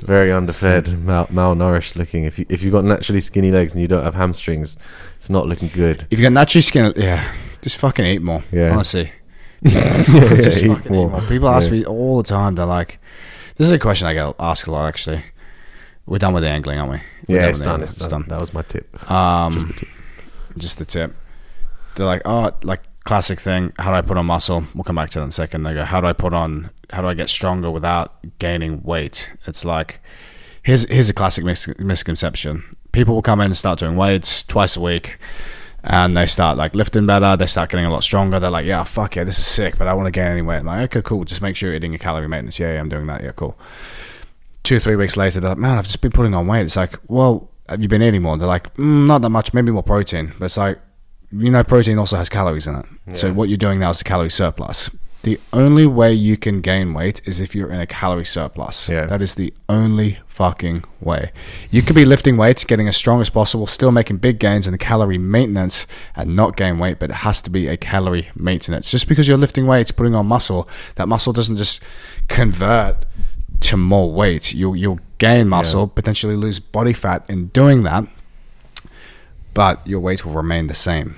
B: very underfed, mal- malnourished looking. If you if you've got naturally skinny legs and you don't have hamstrings, it's not looking good.
A: If you got naturally skin, yeah, just fucking eat more.
B: Yeah.
A: honestly,
B: yeah,
A: just
B: eat
A: fucking
B: more.
A: eat more. People ask
B: Yeah.
A: me all the time. They're like, "This is a question I get asked a lot." Actually, we're done with the angling, aren't we? We're
B: Yeah,
A: with
B: it's
A: the
B: done,
A: angling.
B: it's done. That was my tip.
A: Um,
B: Just the tip.
A: just the tip. They're like, "Oh, like classic thing. How do I put on muscle?" We'll come back to that in a second. They go, "How do I put on? How do I get stronger without gaining weight?" It's like, here's here's a classic mis- misconception. People will come in and start doing weights twice a week and they start like lifting better. They start getting a lot stronger. They're like, yeah, fuck yeah, this is sick, but I want to gain any weight. I'm like, okay, cool. Just make sure you're eating your calorie maintenance. Yeah, yeah, I'm doing that. Yeah, cool. Two or three weeks later, they're like, man, I've just been putting on weight. It's like, well, have you been eating more? They're like, mm, not that much, maybe more protein. But it's like, you know, protein also has calories in it. So
B: Yeah.
A: what you're doing now is a calorie surplus. The only way you can gain weight is if you're in a calorie surplus.
B: Yeah.
A: That is the only fucking way. You could be lifting weights, getting as strong as possible, still making big gains in calorie maintenance and not gain weight, but it has to be a calorie maintenance. Just because you're lifting weights, putting on muscle, that muscle doesn't just convert to more weight. You'll you'll gain muscle, potentially lose body fat in doing that, but your weight will remain the same.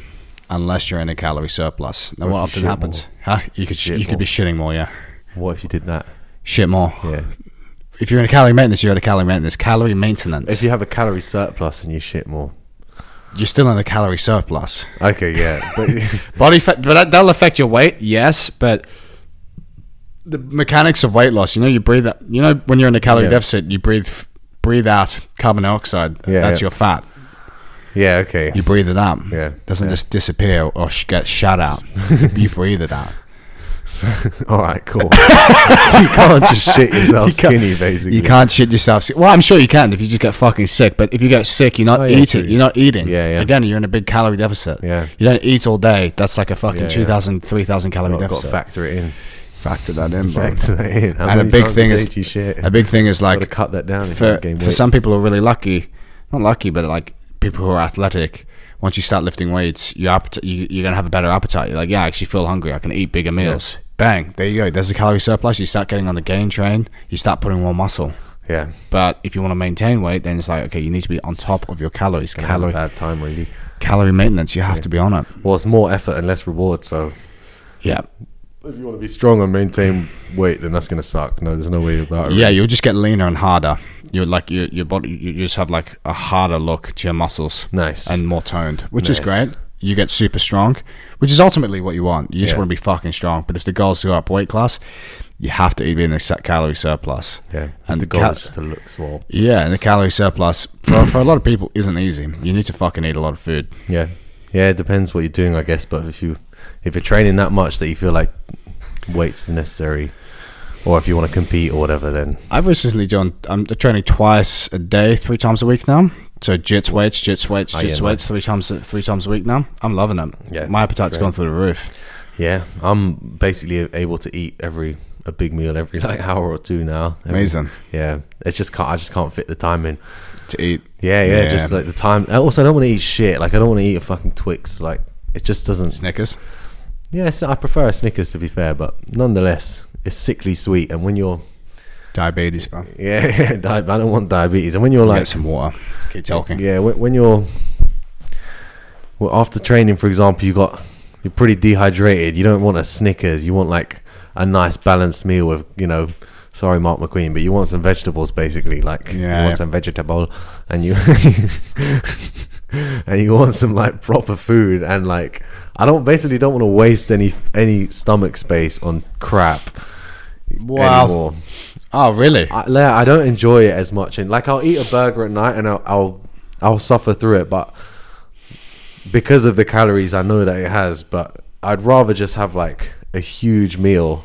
A: Unless you're in a calorie surplus, now
B: Or if
A: what
B: you
A: often
B: shit
A: happens? Huh? You could sh-
B: Shit
A: you could be shitting more, yeah.
B: What if you did that?
A: Shit more.
B: Yeah.
A: If you're in a calorie maintenance, you're at a calorie maintenance. Calorie maintenance.
B: If you have a calorie surplus and you shit more.
A: You're still in a calorie surplus.
B: Okay, yeah. But
A: Body fat, but that, that'll affect your weight, yes, but the mechanics of weight loss, you know, you breathe out, you know, when you're in a calorie
B: Yeah.
A: deficit, you breathe breathe out carbon dioxide.
B: Yeah,
A: That's
B: yeah.
A: your fat.
B: yeah, okay.
A: You breathe it out.
B: Yeah.
A: Doesn't just disappear or sh- get shut out. you breathe it out.
B: All right, cool. so you can't just shit yourself
A: You can't-
B: skinny, basically.
A: You can't shit yourself. Well, I'm sure you can if you just get fucking sick. But if you get sick, you're not
B: Oh, yeah,
A: eating.
B: true.
A: You're not eating.
B: Yeah, yeah.
A: Again, you're in a big calorie deficit.
B: Yeah.
A: You don't eat all day. That's like a fucking
B: Yeah, yeah.
A: 2,000, 3,000 calorie
B: I've got to
A: deficit.
B: factor it in.
A: Factor that in,
B: Factor that in. How
A: and a
B: many
A: big
B: times
A: thing
B: a
A: is
B: day do you shit?
A: a big thing is
B: Got to
A: like
B: cut that down. if you
A: for,
B: wanna gain
A: for
B: weight.
A: some people who are really lucky, not lucky, but like people who are athletic. Once you start lifting weights, your appet- you, you're gonna have a better appetite. You're like, yeah, I actually feel hungry. I can eat bigger meals. Bang, there you go. There's a calorie surplus. You start getting on the gain train. You start putting more muscle.
B: yeah,
A: But if you want to maintain weight, then it's like okay, you need to be on top of your calories.
B: gonna have a
A: Calorie
B: bad time really.
A: calorie maintenance. You have to be on it.
B: Well, it's more effort and less reward. So
A: Yeah,
B: if you want to be strong and maintain weight, then that's gonna suck. No, there's no way about it.
A: yeah. You'll just get leaner and harder. you're like your your body you you just have like a harder look to your muscles
B: Nice.
A: and more toned, which is
B: Nice.
A: great. You get super strong, which is ultimately what you want. You just
B: Yeah.
A: want to be fucking strong. But if the goals go up weight class, you have to be in a set calorie surplus.
B: yeah.
A: and
B: And
A: the
B: the goal
A: cal-
B: is just to look small.
A: Yeah, and the calorie surplus for, for a lot of people isn't easy. You need to fucking eat a lot of food.
B: Yeah. Yeah, it depends what you're doing, I guess. But if you if you're training that much that you feel like weights necessary, or if you want to compete or whatever, then
A: I've recently done. I'm training twice a day, three times a week now. So jits weights, jits weights,
B: Oh,
A: jits
B: yeah, nice.
A: weights, three times three times a week now. I'm loving it.
B: Yeah,
A: my appetite's
B: that's
A: gone through the roof.
B: yeah, I'm basically able to eat every a big meal every like hour or two now. Every-
A: Amazing
B: Yeah, it's just can't, I just can't fit the time in.
A: to eat.
B: Yeah, yeah,
A: Yeah.
B: just like the time. I Also, I don't want to eat shit. Like I don't want to eat a fucking Twix. Like it just doesn't.
A: Snickers.
B: Yes, I prefer a Snickers to be fair, but nonetheless, it's sickly sweet. And when you're
A: Diabetes, bro.
B: yeah, di- I don't want diabetes. And when you're like
A: Get some water. Keep talking.
B: Yeah, when, when you're well, after training, for example, you got you're pretty dehydrated. You don't want a Snickers. You want like a nice balanced meal with you know. Sorry, Mark McQueen, but you want some vegetables, basically. Like
A: Yeah,
B: you want
A: yeah.
B: some vegetable, and you and you want some like proper food, and like I don't basically don't want to waste any any stomach space on crap
A: Wow.
B: anymore.
A: Oh, really?
B: I, like, I don't enjoy it as much, and like I'll eat a burger at night and I'll, I'll I'll suffer through it, but because of the calories, I know that it has. But I'd rather just have like a huge meal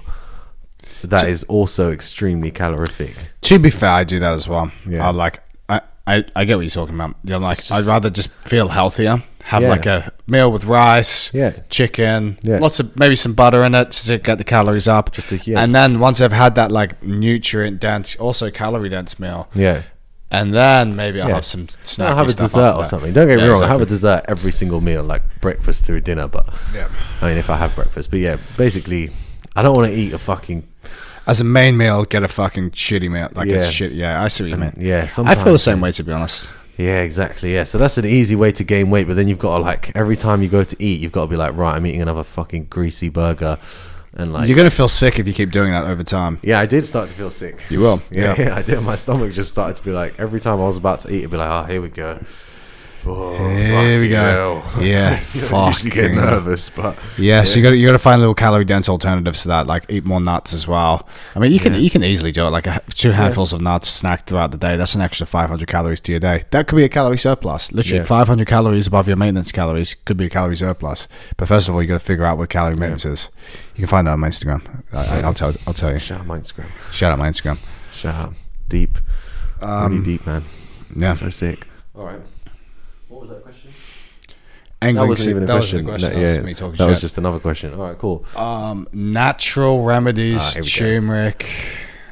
B: that is also extremely calorific.
A: To be fair, I do that as well.
B: Yeah.
A: I like I, I, I get what you're talking about. Yeah, like
B: It's
A: I'd
B: just-
A: rather just feel healthier. Have
B: Yeah.
A: like a meal with rice,
B: Yeah.
A: chicken,
B: Yeah.
A: lots of maybe some butter in it to get the calories up.
B: Just to- yeah.
A: And then once I've had that like nutrient dense, also calorie dense meal,
B: Yeah,
A: and then maybe I'll
B: Yeah.
A: have some snack.
B: I'll have a dessert or something. Don't get me wrong, I have a dessert every single meal, like breakfast through dinner. But
A: Yeah.
B: I mean, if I have breakfast, but yeah, basically, I don't want to eat a fucking
A: As a main meal, get a fucking shitty meal. Like
B: Yeah.
A: a shit. Yeah, I see what you mean.
B: yeah.
A: I
B: Sometimes
A: feel the same way to be honest.
B: Yeah, exactly. Yeah, so that's an easy way to gain weight, but then you've got to like every time you go to eat, you've got to be like, right, I'm eating another fucking greasy burger, and like,
A: You're gonna feel sick if you keep doing that over time.
B: yeah, I did start to feel sick.
A: You will.
B: Yeah,
A: Yeah.
B: yeah, I did. My stomach just started to be like every time I was about to eat, it'd be like, oh, here we go. Oh,
A: Here we
B: fucking
A: go.
B: hell.
A: Yeah,
B: I usually get
A: fucking-
B: nervous, but
A: Yeah, so you got you got to find little calorie dense alternatives to that, like eat more nuts as well. I mean, you can you can easily do it, like a, two handfuls of nuts snack throughout the day. That's an extra 500 calories to your day. That could be a calorie surplus. Literally,
B: Yeah.
A: 500 calories above your maintenance calories could be a calorie surplus. But first of all, you got to figure out what calorie maintenance is. You can find that on my Instagram. I, I- I'll tell I'll tell you.
B: shout out my Instagram,
A: Shout out my Instagram.
B: shout out deep, really deep, man.
A: Um, Yeah,
B: so sick. All right, what was that question?
A: Angling
B: That wasn't
A: si-
B: even a
A: that
B: question.
A: wasn't a question.
B: That-
A: That was
B: yeah,
A: just me talking
B: that was
A: shit.
B: just another question. All right, cool.
A: um, natural remedies,
B: Ah, here we go.
A: turmeric.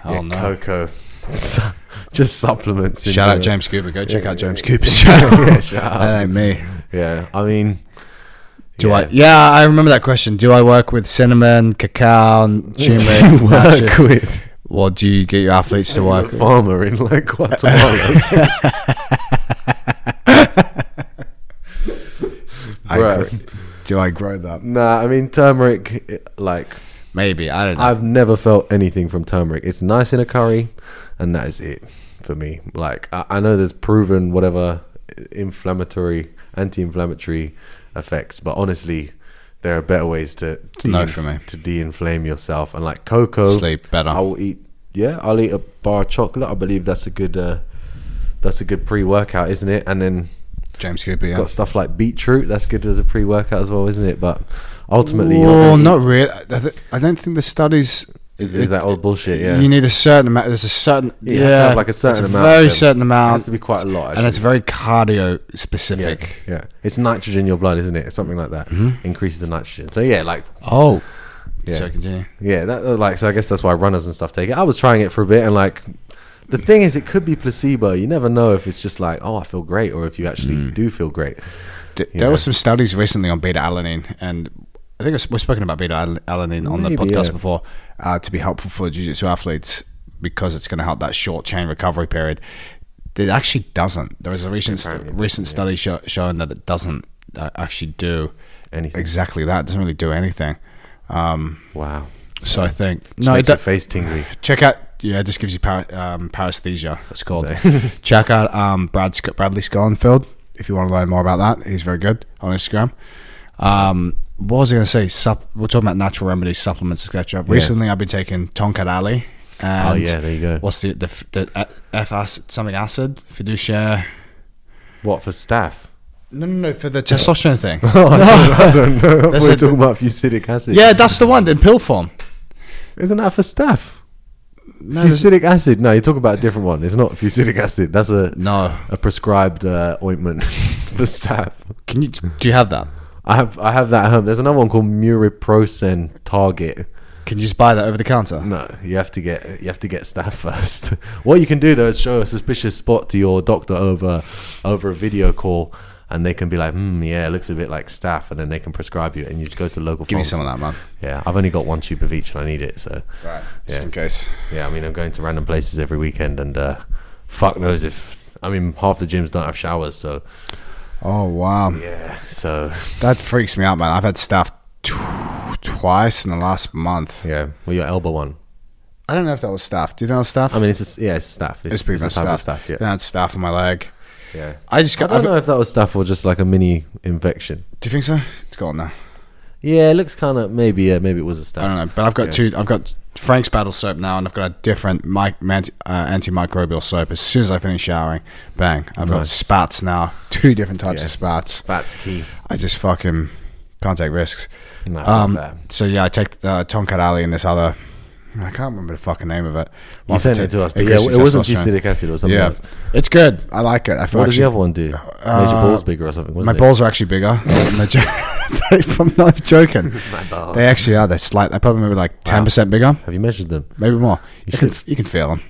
A: Oh
B: yeah,
A: no.
B: cocoa. just supplements. in
A: Shout out
B: general.
A: James Cooper. Go check
B: Yeah,
A: out
B: yeah,
A: James
B: yeah.
A: Cooper's channel.
B: Yeah, shout out.
A: That ain't me.
B: Yeah, I mean,
A: Do
B: yeah.
A: I? Yeah, I remember that question. Do I work with cinnamon, cacao, and turmeric?
B: you
A: that shit?
B: work with
A: What do you get your athletes to
B: a
A: work? with?
B: farmer in like Guatemala?
A: I
B: Bro.
A: gr- do I grow that?
B: nah, I mean turmeric. it- Like
A: Maybe I don't know.
B: I've never felt anything from turmeric. It's nice in a curry, and that is it for me. Like I, I know there's proven whatever inflammatory, anti-inflammatory effects, but honestly. There are better ways to
A: no
B: deinf-
A: for me.
B: to de-inflame yourself, and like cocoa,
A: Sleep better.
B: I will eat. Yeah, I'll eat a bar of chocolate. I believe that's a good. Uh, that's a good pre-workout, isn't it? And then
A: James Cooper. Yeah.
B: got stuff like beetroot. That's good as a pre-workout as well, isn't it? But ultimately, you're
A: Well,
B: gonna
A: not
B: eat-
A: really. I, th- I don't think the studies.
B: Is, is that all bullshit? Yeah,
A: You need a certain amount. There's a certain
B: Yeah,
A: yeah,
B: you have to have, like, a certain
A: it's
B: amount of
A: very
B: them.
A: certain
B: it
A: amount,
B: has to be quite a lot.
A: and it's
B: Actually.
A: very cardio specific.
B: yeah, yeah, it's nitrogen in your blood, isn't it? Something like that
A: Mm-hmm.
B: increases the nitrogen. So yeah, like
A: Oh,
B: Yeah.
A: So continue.
B: yeah, that uh, like so. I guess that's why runners and stuff take it. I was trying it for a bit, and like the thing is, it could be placebo. You never know if it's just like, oh, I feel great, or if you actually
A: Mm.
B: do feel great.
A: Th-
B: you
A: there
B: know?
A: were some studies recently on beta alanine, and I think we've spoken about beta al- alanine on the
B: Maybe,
A: podcast
B: yeah.
A: before uh, to be helpful for jiu-jitsu athletes because it's going to help that short chain recovery period. It actually doesn't. There was a recent
B: Apparently it
A: recent study show, showing that it doesn't uh, actually do
B: Anything.
A: exactly that. It doesn't really do anything. Um,
B: Wow.
A: so I think
B: Just
A: no, it
B: makes your
A: do-
B: face tingly.
A: check out yeah, this gives you par- um, paresthesia. It's called. Check out um, Brad Sc- Bradley Scarnfield if you want to learn more about that. He's very good on Instagram. Um, what was I going to say? Sup- we're talking about natural remedies, supplements, etc. Recently, I've been taking Tonkat Ali. And
B: Oh, yeah, there you go.
A: What's the the, f- the F- F acid something acid fiducia?
B: What for staff?
A: No, no, no, for the testosterone thing.
B: Oh, I, don't, I don't know.
A: That's
B: We're
A: it.
B: talking about fusidic acid.
A: yeah, that's the one in pill form.
B: Isn't that for staff?
A: No, there's-
B: fusidic acid. No, you're talking about a different one. It's not fusidic acid. That's a
A: no.
B: a prescribed uh, ointment for staff.
A: Can you do you have that?
B: I have I have that at home. There's another one called Muriprocen Target.
A: Can you just buy that over the counter?
B: No, you have to get you have to get staff first. what you can do though is show a suspicious spot to your doctor over over a video call, and they can be like, "Hmm, yeah, it looks a bit like staff," and then they can prescribe you, and you just go to local.
A: Give me
B: pharmacy.
A: some of that, man.
B: Yeah, I've only got one tube of each, and I need it. So
A: Right,
B: just Yeah. in
A: case.
B: yeah, I mean, I'm going to random places every weekend, and uh, fuck knows if I mean half the gyms don't have showers, so
A: Oh wow,
B: yeah, so
A: that freaks me out, man. I've had staff tw- twice in the last month.
B: yeah, well, your elbow one.
A: I don't know if that was staff. Do you think that was staff?
B: I mean, it's a, yeah, it's staff.
A: it's pretty
B: a
A: much
B: type of
A: staff.
B: staff.
A: Then
B: Yeah,
A: I had staff on my leg.
B: yeah.
A: I just
B: I
A: got.
B: don't
A: I've,
B: know if that was staff or just like a mini infection.
A: do you think so? It's gone now.
B: Yeah, it looks kind of maybe. Yeah, maybe it was a
A: I don't
B: staff.
A: know, but I've got
B: Yeah.
A: two. I've got Frank's Battle Soap now, and I've got a different mic, anti, uh, antimicrobial soap. As soon as I finish showering, bang! I've got
B: Nice.
A: spats now. Two different types
B: Yeah.
A: of spats.
B: That's key.
A: I just fucking can't take risks.
B: No, fuck
A: Um,
B: that.
A: so yeah, I take uh, Tonkat Alley and this other. I can't remember the fucking name of it.
B: You
A: One for
B: sent
A: t-
B: it to us, but yeah,
A: increasing
B: it wasn't
A: testosterone.
B: fusidic acid or something
A: Yeah,
B: else.
A: it's good. I like it. I feel
B: What does
A: actually,
B: the other one do? Made your
A: Uh,
B: balls bigger or something?
A: my
B: Wasn't it?
A: balls are actually bigger. I'm not jo- I'm not joking.
B: My balls.
A: They actually are. They're slight. They're probably maybe like ten percent bigger,
B: Have you measured them?
A: maybe more. You, can
B: should.
A: f- you can feel them.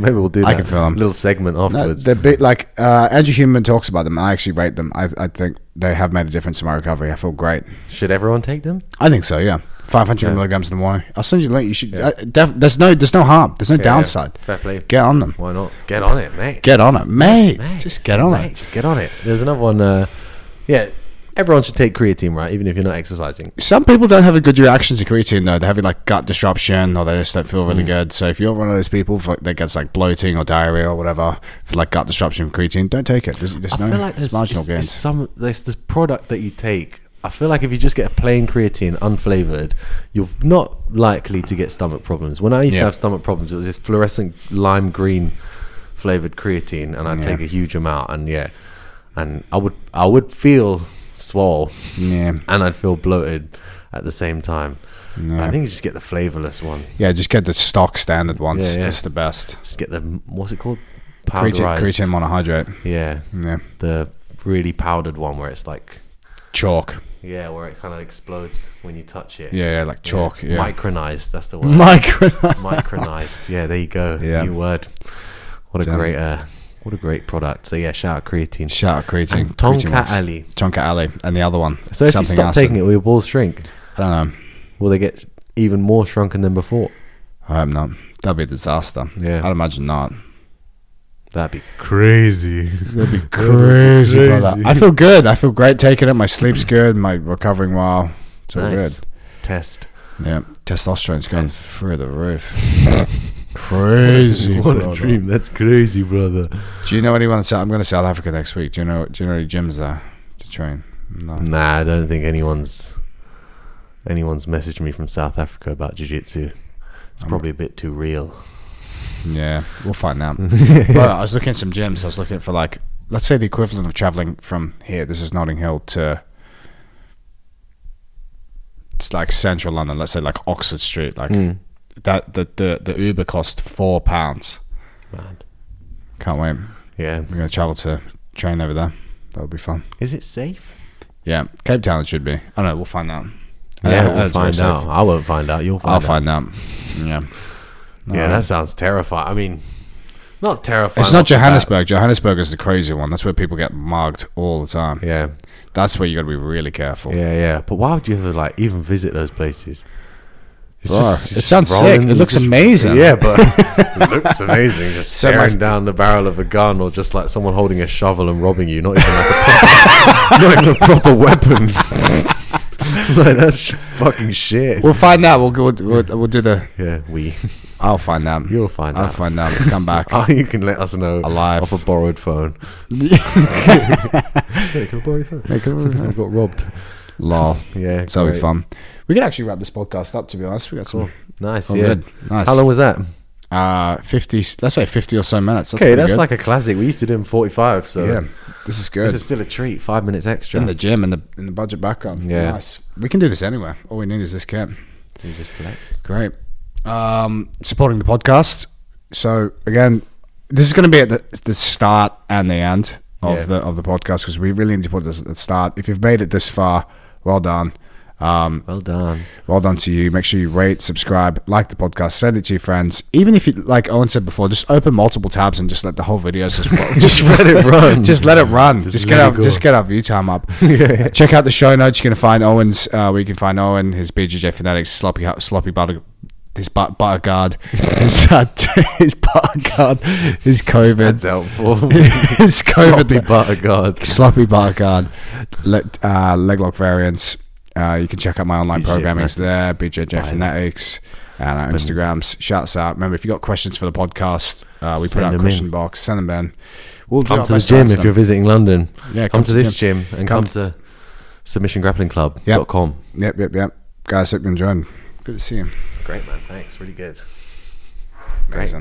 B: Maybe we'll do that.
A: I can feel 'em.
B: Little segment
A: No,
B: afterwards.
A: they're big. Like uh, Andrew Human talks about them. I actually rate them. I, I think they have made a difference in my recovery. I feel great.
B: Should everyone take them?
A: I think so. Yeah, five hundred
B: Yeah.
A: milligrams in the morning. I'll send you a link. You should. Uh, def- there's no. There's no harm. There's no
B: Yeah,
A: downside.
B: yeah. Fair play.
A: Get on them.
B: Why not? Get on it, mate.
A: Get on it, mate.
B: Mate,
A: Just get on
B: mate,
A: it.
B: Just get on it. There's another one. Uh, yeah, everyone should take creatine, right? Even if you're not exercising.
A: Some people don't have a good reaction to creatine though. They have like gut disruption, or they just don't feel
B: Mm.
A: really good. So if you're one of those people for, that gets like bloating or diarrhea or whatever, for, like gut disruption from creatine, don't take it. There's, there's
B: I
A: no
B: feel like
A: it's
B: there's,
A: marginal
B: it's-
A: gains.
B: it's some there's this product that you take. I feel like if you just get a plain creatine, unflavored, you're not likely to get stomach problems. When I used
A: Yeah.
B: to have stomach problems, it was this fluorescent lime green flavored creatine, and I'd
A: Yeah.
B: take a huge amount, and yeah, and I would I would feel swole,
A: yeah,
B: and I'd feel bloated at the same time.
A: Yeah.
B: I think you just get the flavorless one.
A: yeah. Just get the stock standard ones.
B: Yeah, yeah.
A: That's the best.
B: Just get the what's it called?
A: Creatine,
B: Powderized.
A: creatine monohydrate.
B: Yeah,
A: Yeah,
B: the really powdered one where it's like
A: chalk.
B: Yeah, where it kind of explodes when you touch it.
A: Yeah, yeah like chalk. Yeah,
B: Micronized, that's the word.
A: micro.
B: Micronized. Yeah, there you go.
A: Yeah.
B: New word. What a
A: Damn.
B: great uh, what a great product. So yeah, shout out creatine.
A: Shout out creatine.
B: and Tonka
A: Creatine works.
B: Alley.
A: Tonka Alley and the other one.
B: So if you
A: something
B: stop
A: acid.
B: taking it, will your balls shrink?
A: I don't know.
B: Will they get even more shrunken than before?
A: I hope not. That'd be a disaster.
B: Yeah.
A: I'd imagine not.
B: That'd be crazy.
A: That'd be
B: crazy, brother.
A: I feel good. I feel great taking it. My sleep's good. My recovering well. It's all
B: nice. Test.
A: good. Yeah. Testosterone's going through the roof. crazy.
B: What a
A: brother.
B: dream. That's crazy, brother.
A: Do you know anyone? that's- I'm going to South Africa next week. Do you know? Do you know any gyms there to train? No.
B: Nah, I don't think anyone's anyone's messaged me from South Africa about jiu-jitsu. It's probably a bit too real.
A: Yeah, we'll find out. well, I was looking at some gyms. I was looking for like, let's say the equivalent of traveling from here. This is Notting Hill to. It's like central London. Let's say like Oxford Street. Like
B: Hmm.
A: that. The, the the Uber cost four pounds.
B: Man.
A: Can't wait.
B: Yeah.
A: We're gonna travel to train over there. That would be fun.
B: Is it safe?
A: Yeah, Cape Town it should be. I don't know. We'll find out. I
B: Yeah,
A: don't know,
B: we'll
A: it's Uh, very
B: find
A: safe.
B: out. I won't find out. You'll find
A: I'll
B: out.
A: find out. Yeah.
B: yeah,
A: Alright.
B: that sounds terrifying. I mean, not terrifying.
A: It's not
B: off the bat.
A: Johannesburg. Johannesburg is the crazy one. That's where people get mugged all the time.
B: Yeah,
A: That's where you got to be really careful.
B: yeah, yeah. But why would you ever like even visit those places? It's
A: Bro,
B: just-
A: it
B: it's
A: sounds
B: just
A: sick.
B: rolling-
A: It looks
B: just-
A: amazing.
B: Yeah, but it looks amazing. Just
A: So my-
B: staring down the barrel of a gun, or just like someone holding a shovel and robbing you. Not even like a proper, not even a proper weapon. like that's fucking shit.
A: We'll find out. We'll, go- we'll, we'll, we'll do the.
B: Yeah, we.
A: I'll find out.
B: You'll find
A: I'll
B: out.
A: find out. Come back.
B: Oh, you can let us know
A: Oh, Alive.
B: off a borrowed phone. Yeah, can I borrow your phone? I got robbed.
A: Lol.
B: Yeah,
A: It's always
B: great.
A: fun. We could actually wrap this podcast up. To be honest, we got some.
B: Nice.
A: Oh,
B: yeah.
A: good. Nice.
B: How long was that?
A: Uh, fifty. Let's say fifty or so minutes. That's
B: okay,
A: pretty
B: that's
A: good.
B: like a classic. We used to do them forty-five. So
A: yeah. This is good.
B: this is still a treat. Five minutes extra.
A: in the gym in the in the budget background.
B: Yeah.
A: Nice. We can do this anywhere. All we need is this camp.
B: You just flex.
A: Great. Um, supporting the podcast. So again, this is going to be at the, the start and the end of
B: Yeah.
A: the of the podcast because we really need to put this at the start. If you've made it this far, well done. Um,
B: Well done.
A: well done to you. Make sure you rate, subscribe, like the podcast, send it to your friends. Even if you, like Owen said before, just open multiple tabs and just let the whole video just just
B: let it run.
A: Just let it run. Just,
B: Just
A: get
B: let
A: our
B: it go.
A: just get our view time up.
B: Yeah.
A: Check out the show notes. You're gonna find Owen's. Uh, where you can find Owen his BJJ fanatics sloppy hu- sloppy butter. His butt, butter guard, his, uh, his butter guard, his COVID,
B: That's helpful.
A: his COVID
B: Sloppy butter guard.
A: sloppy bar guard, le- uh, leg lock variants. Uh, you can check out my online
B: BJJ
A: programming is there,
B: Fanatics.
A: BJJ
B: Fine.
A: Fanatics, uh, and our Instagrams. Shouts out. Remember, if you got questions for the podcast, uh, we put
B: Send
A: out a
B: them
A: question
B: in.
A: box. Send them in. We'll do
B: Come
A: our
B: to the
A: best to
B: gym
A: answer
B: if you're
A: them.
B: visiting London.
A: Yeah,
B: Come, to this
A: gym.
B: gym, and
A: Come
B: come, to submissiongrapplingclub.com.
A: Yep. Yep, yep, yep. Guys, hope you enjoyed. Good to see you.
B: Great, man. Thanks. Really good. Great.
A: Amazing.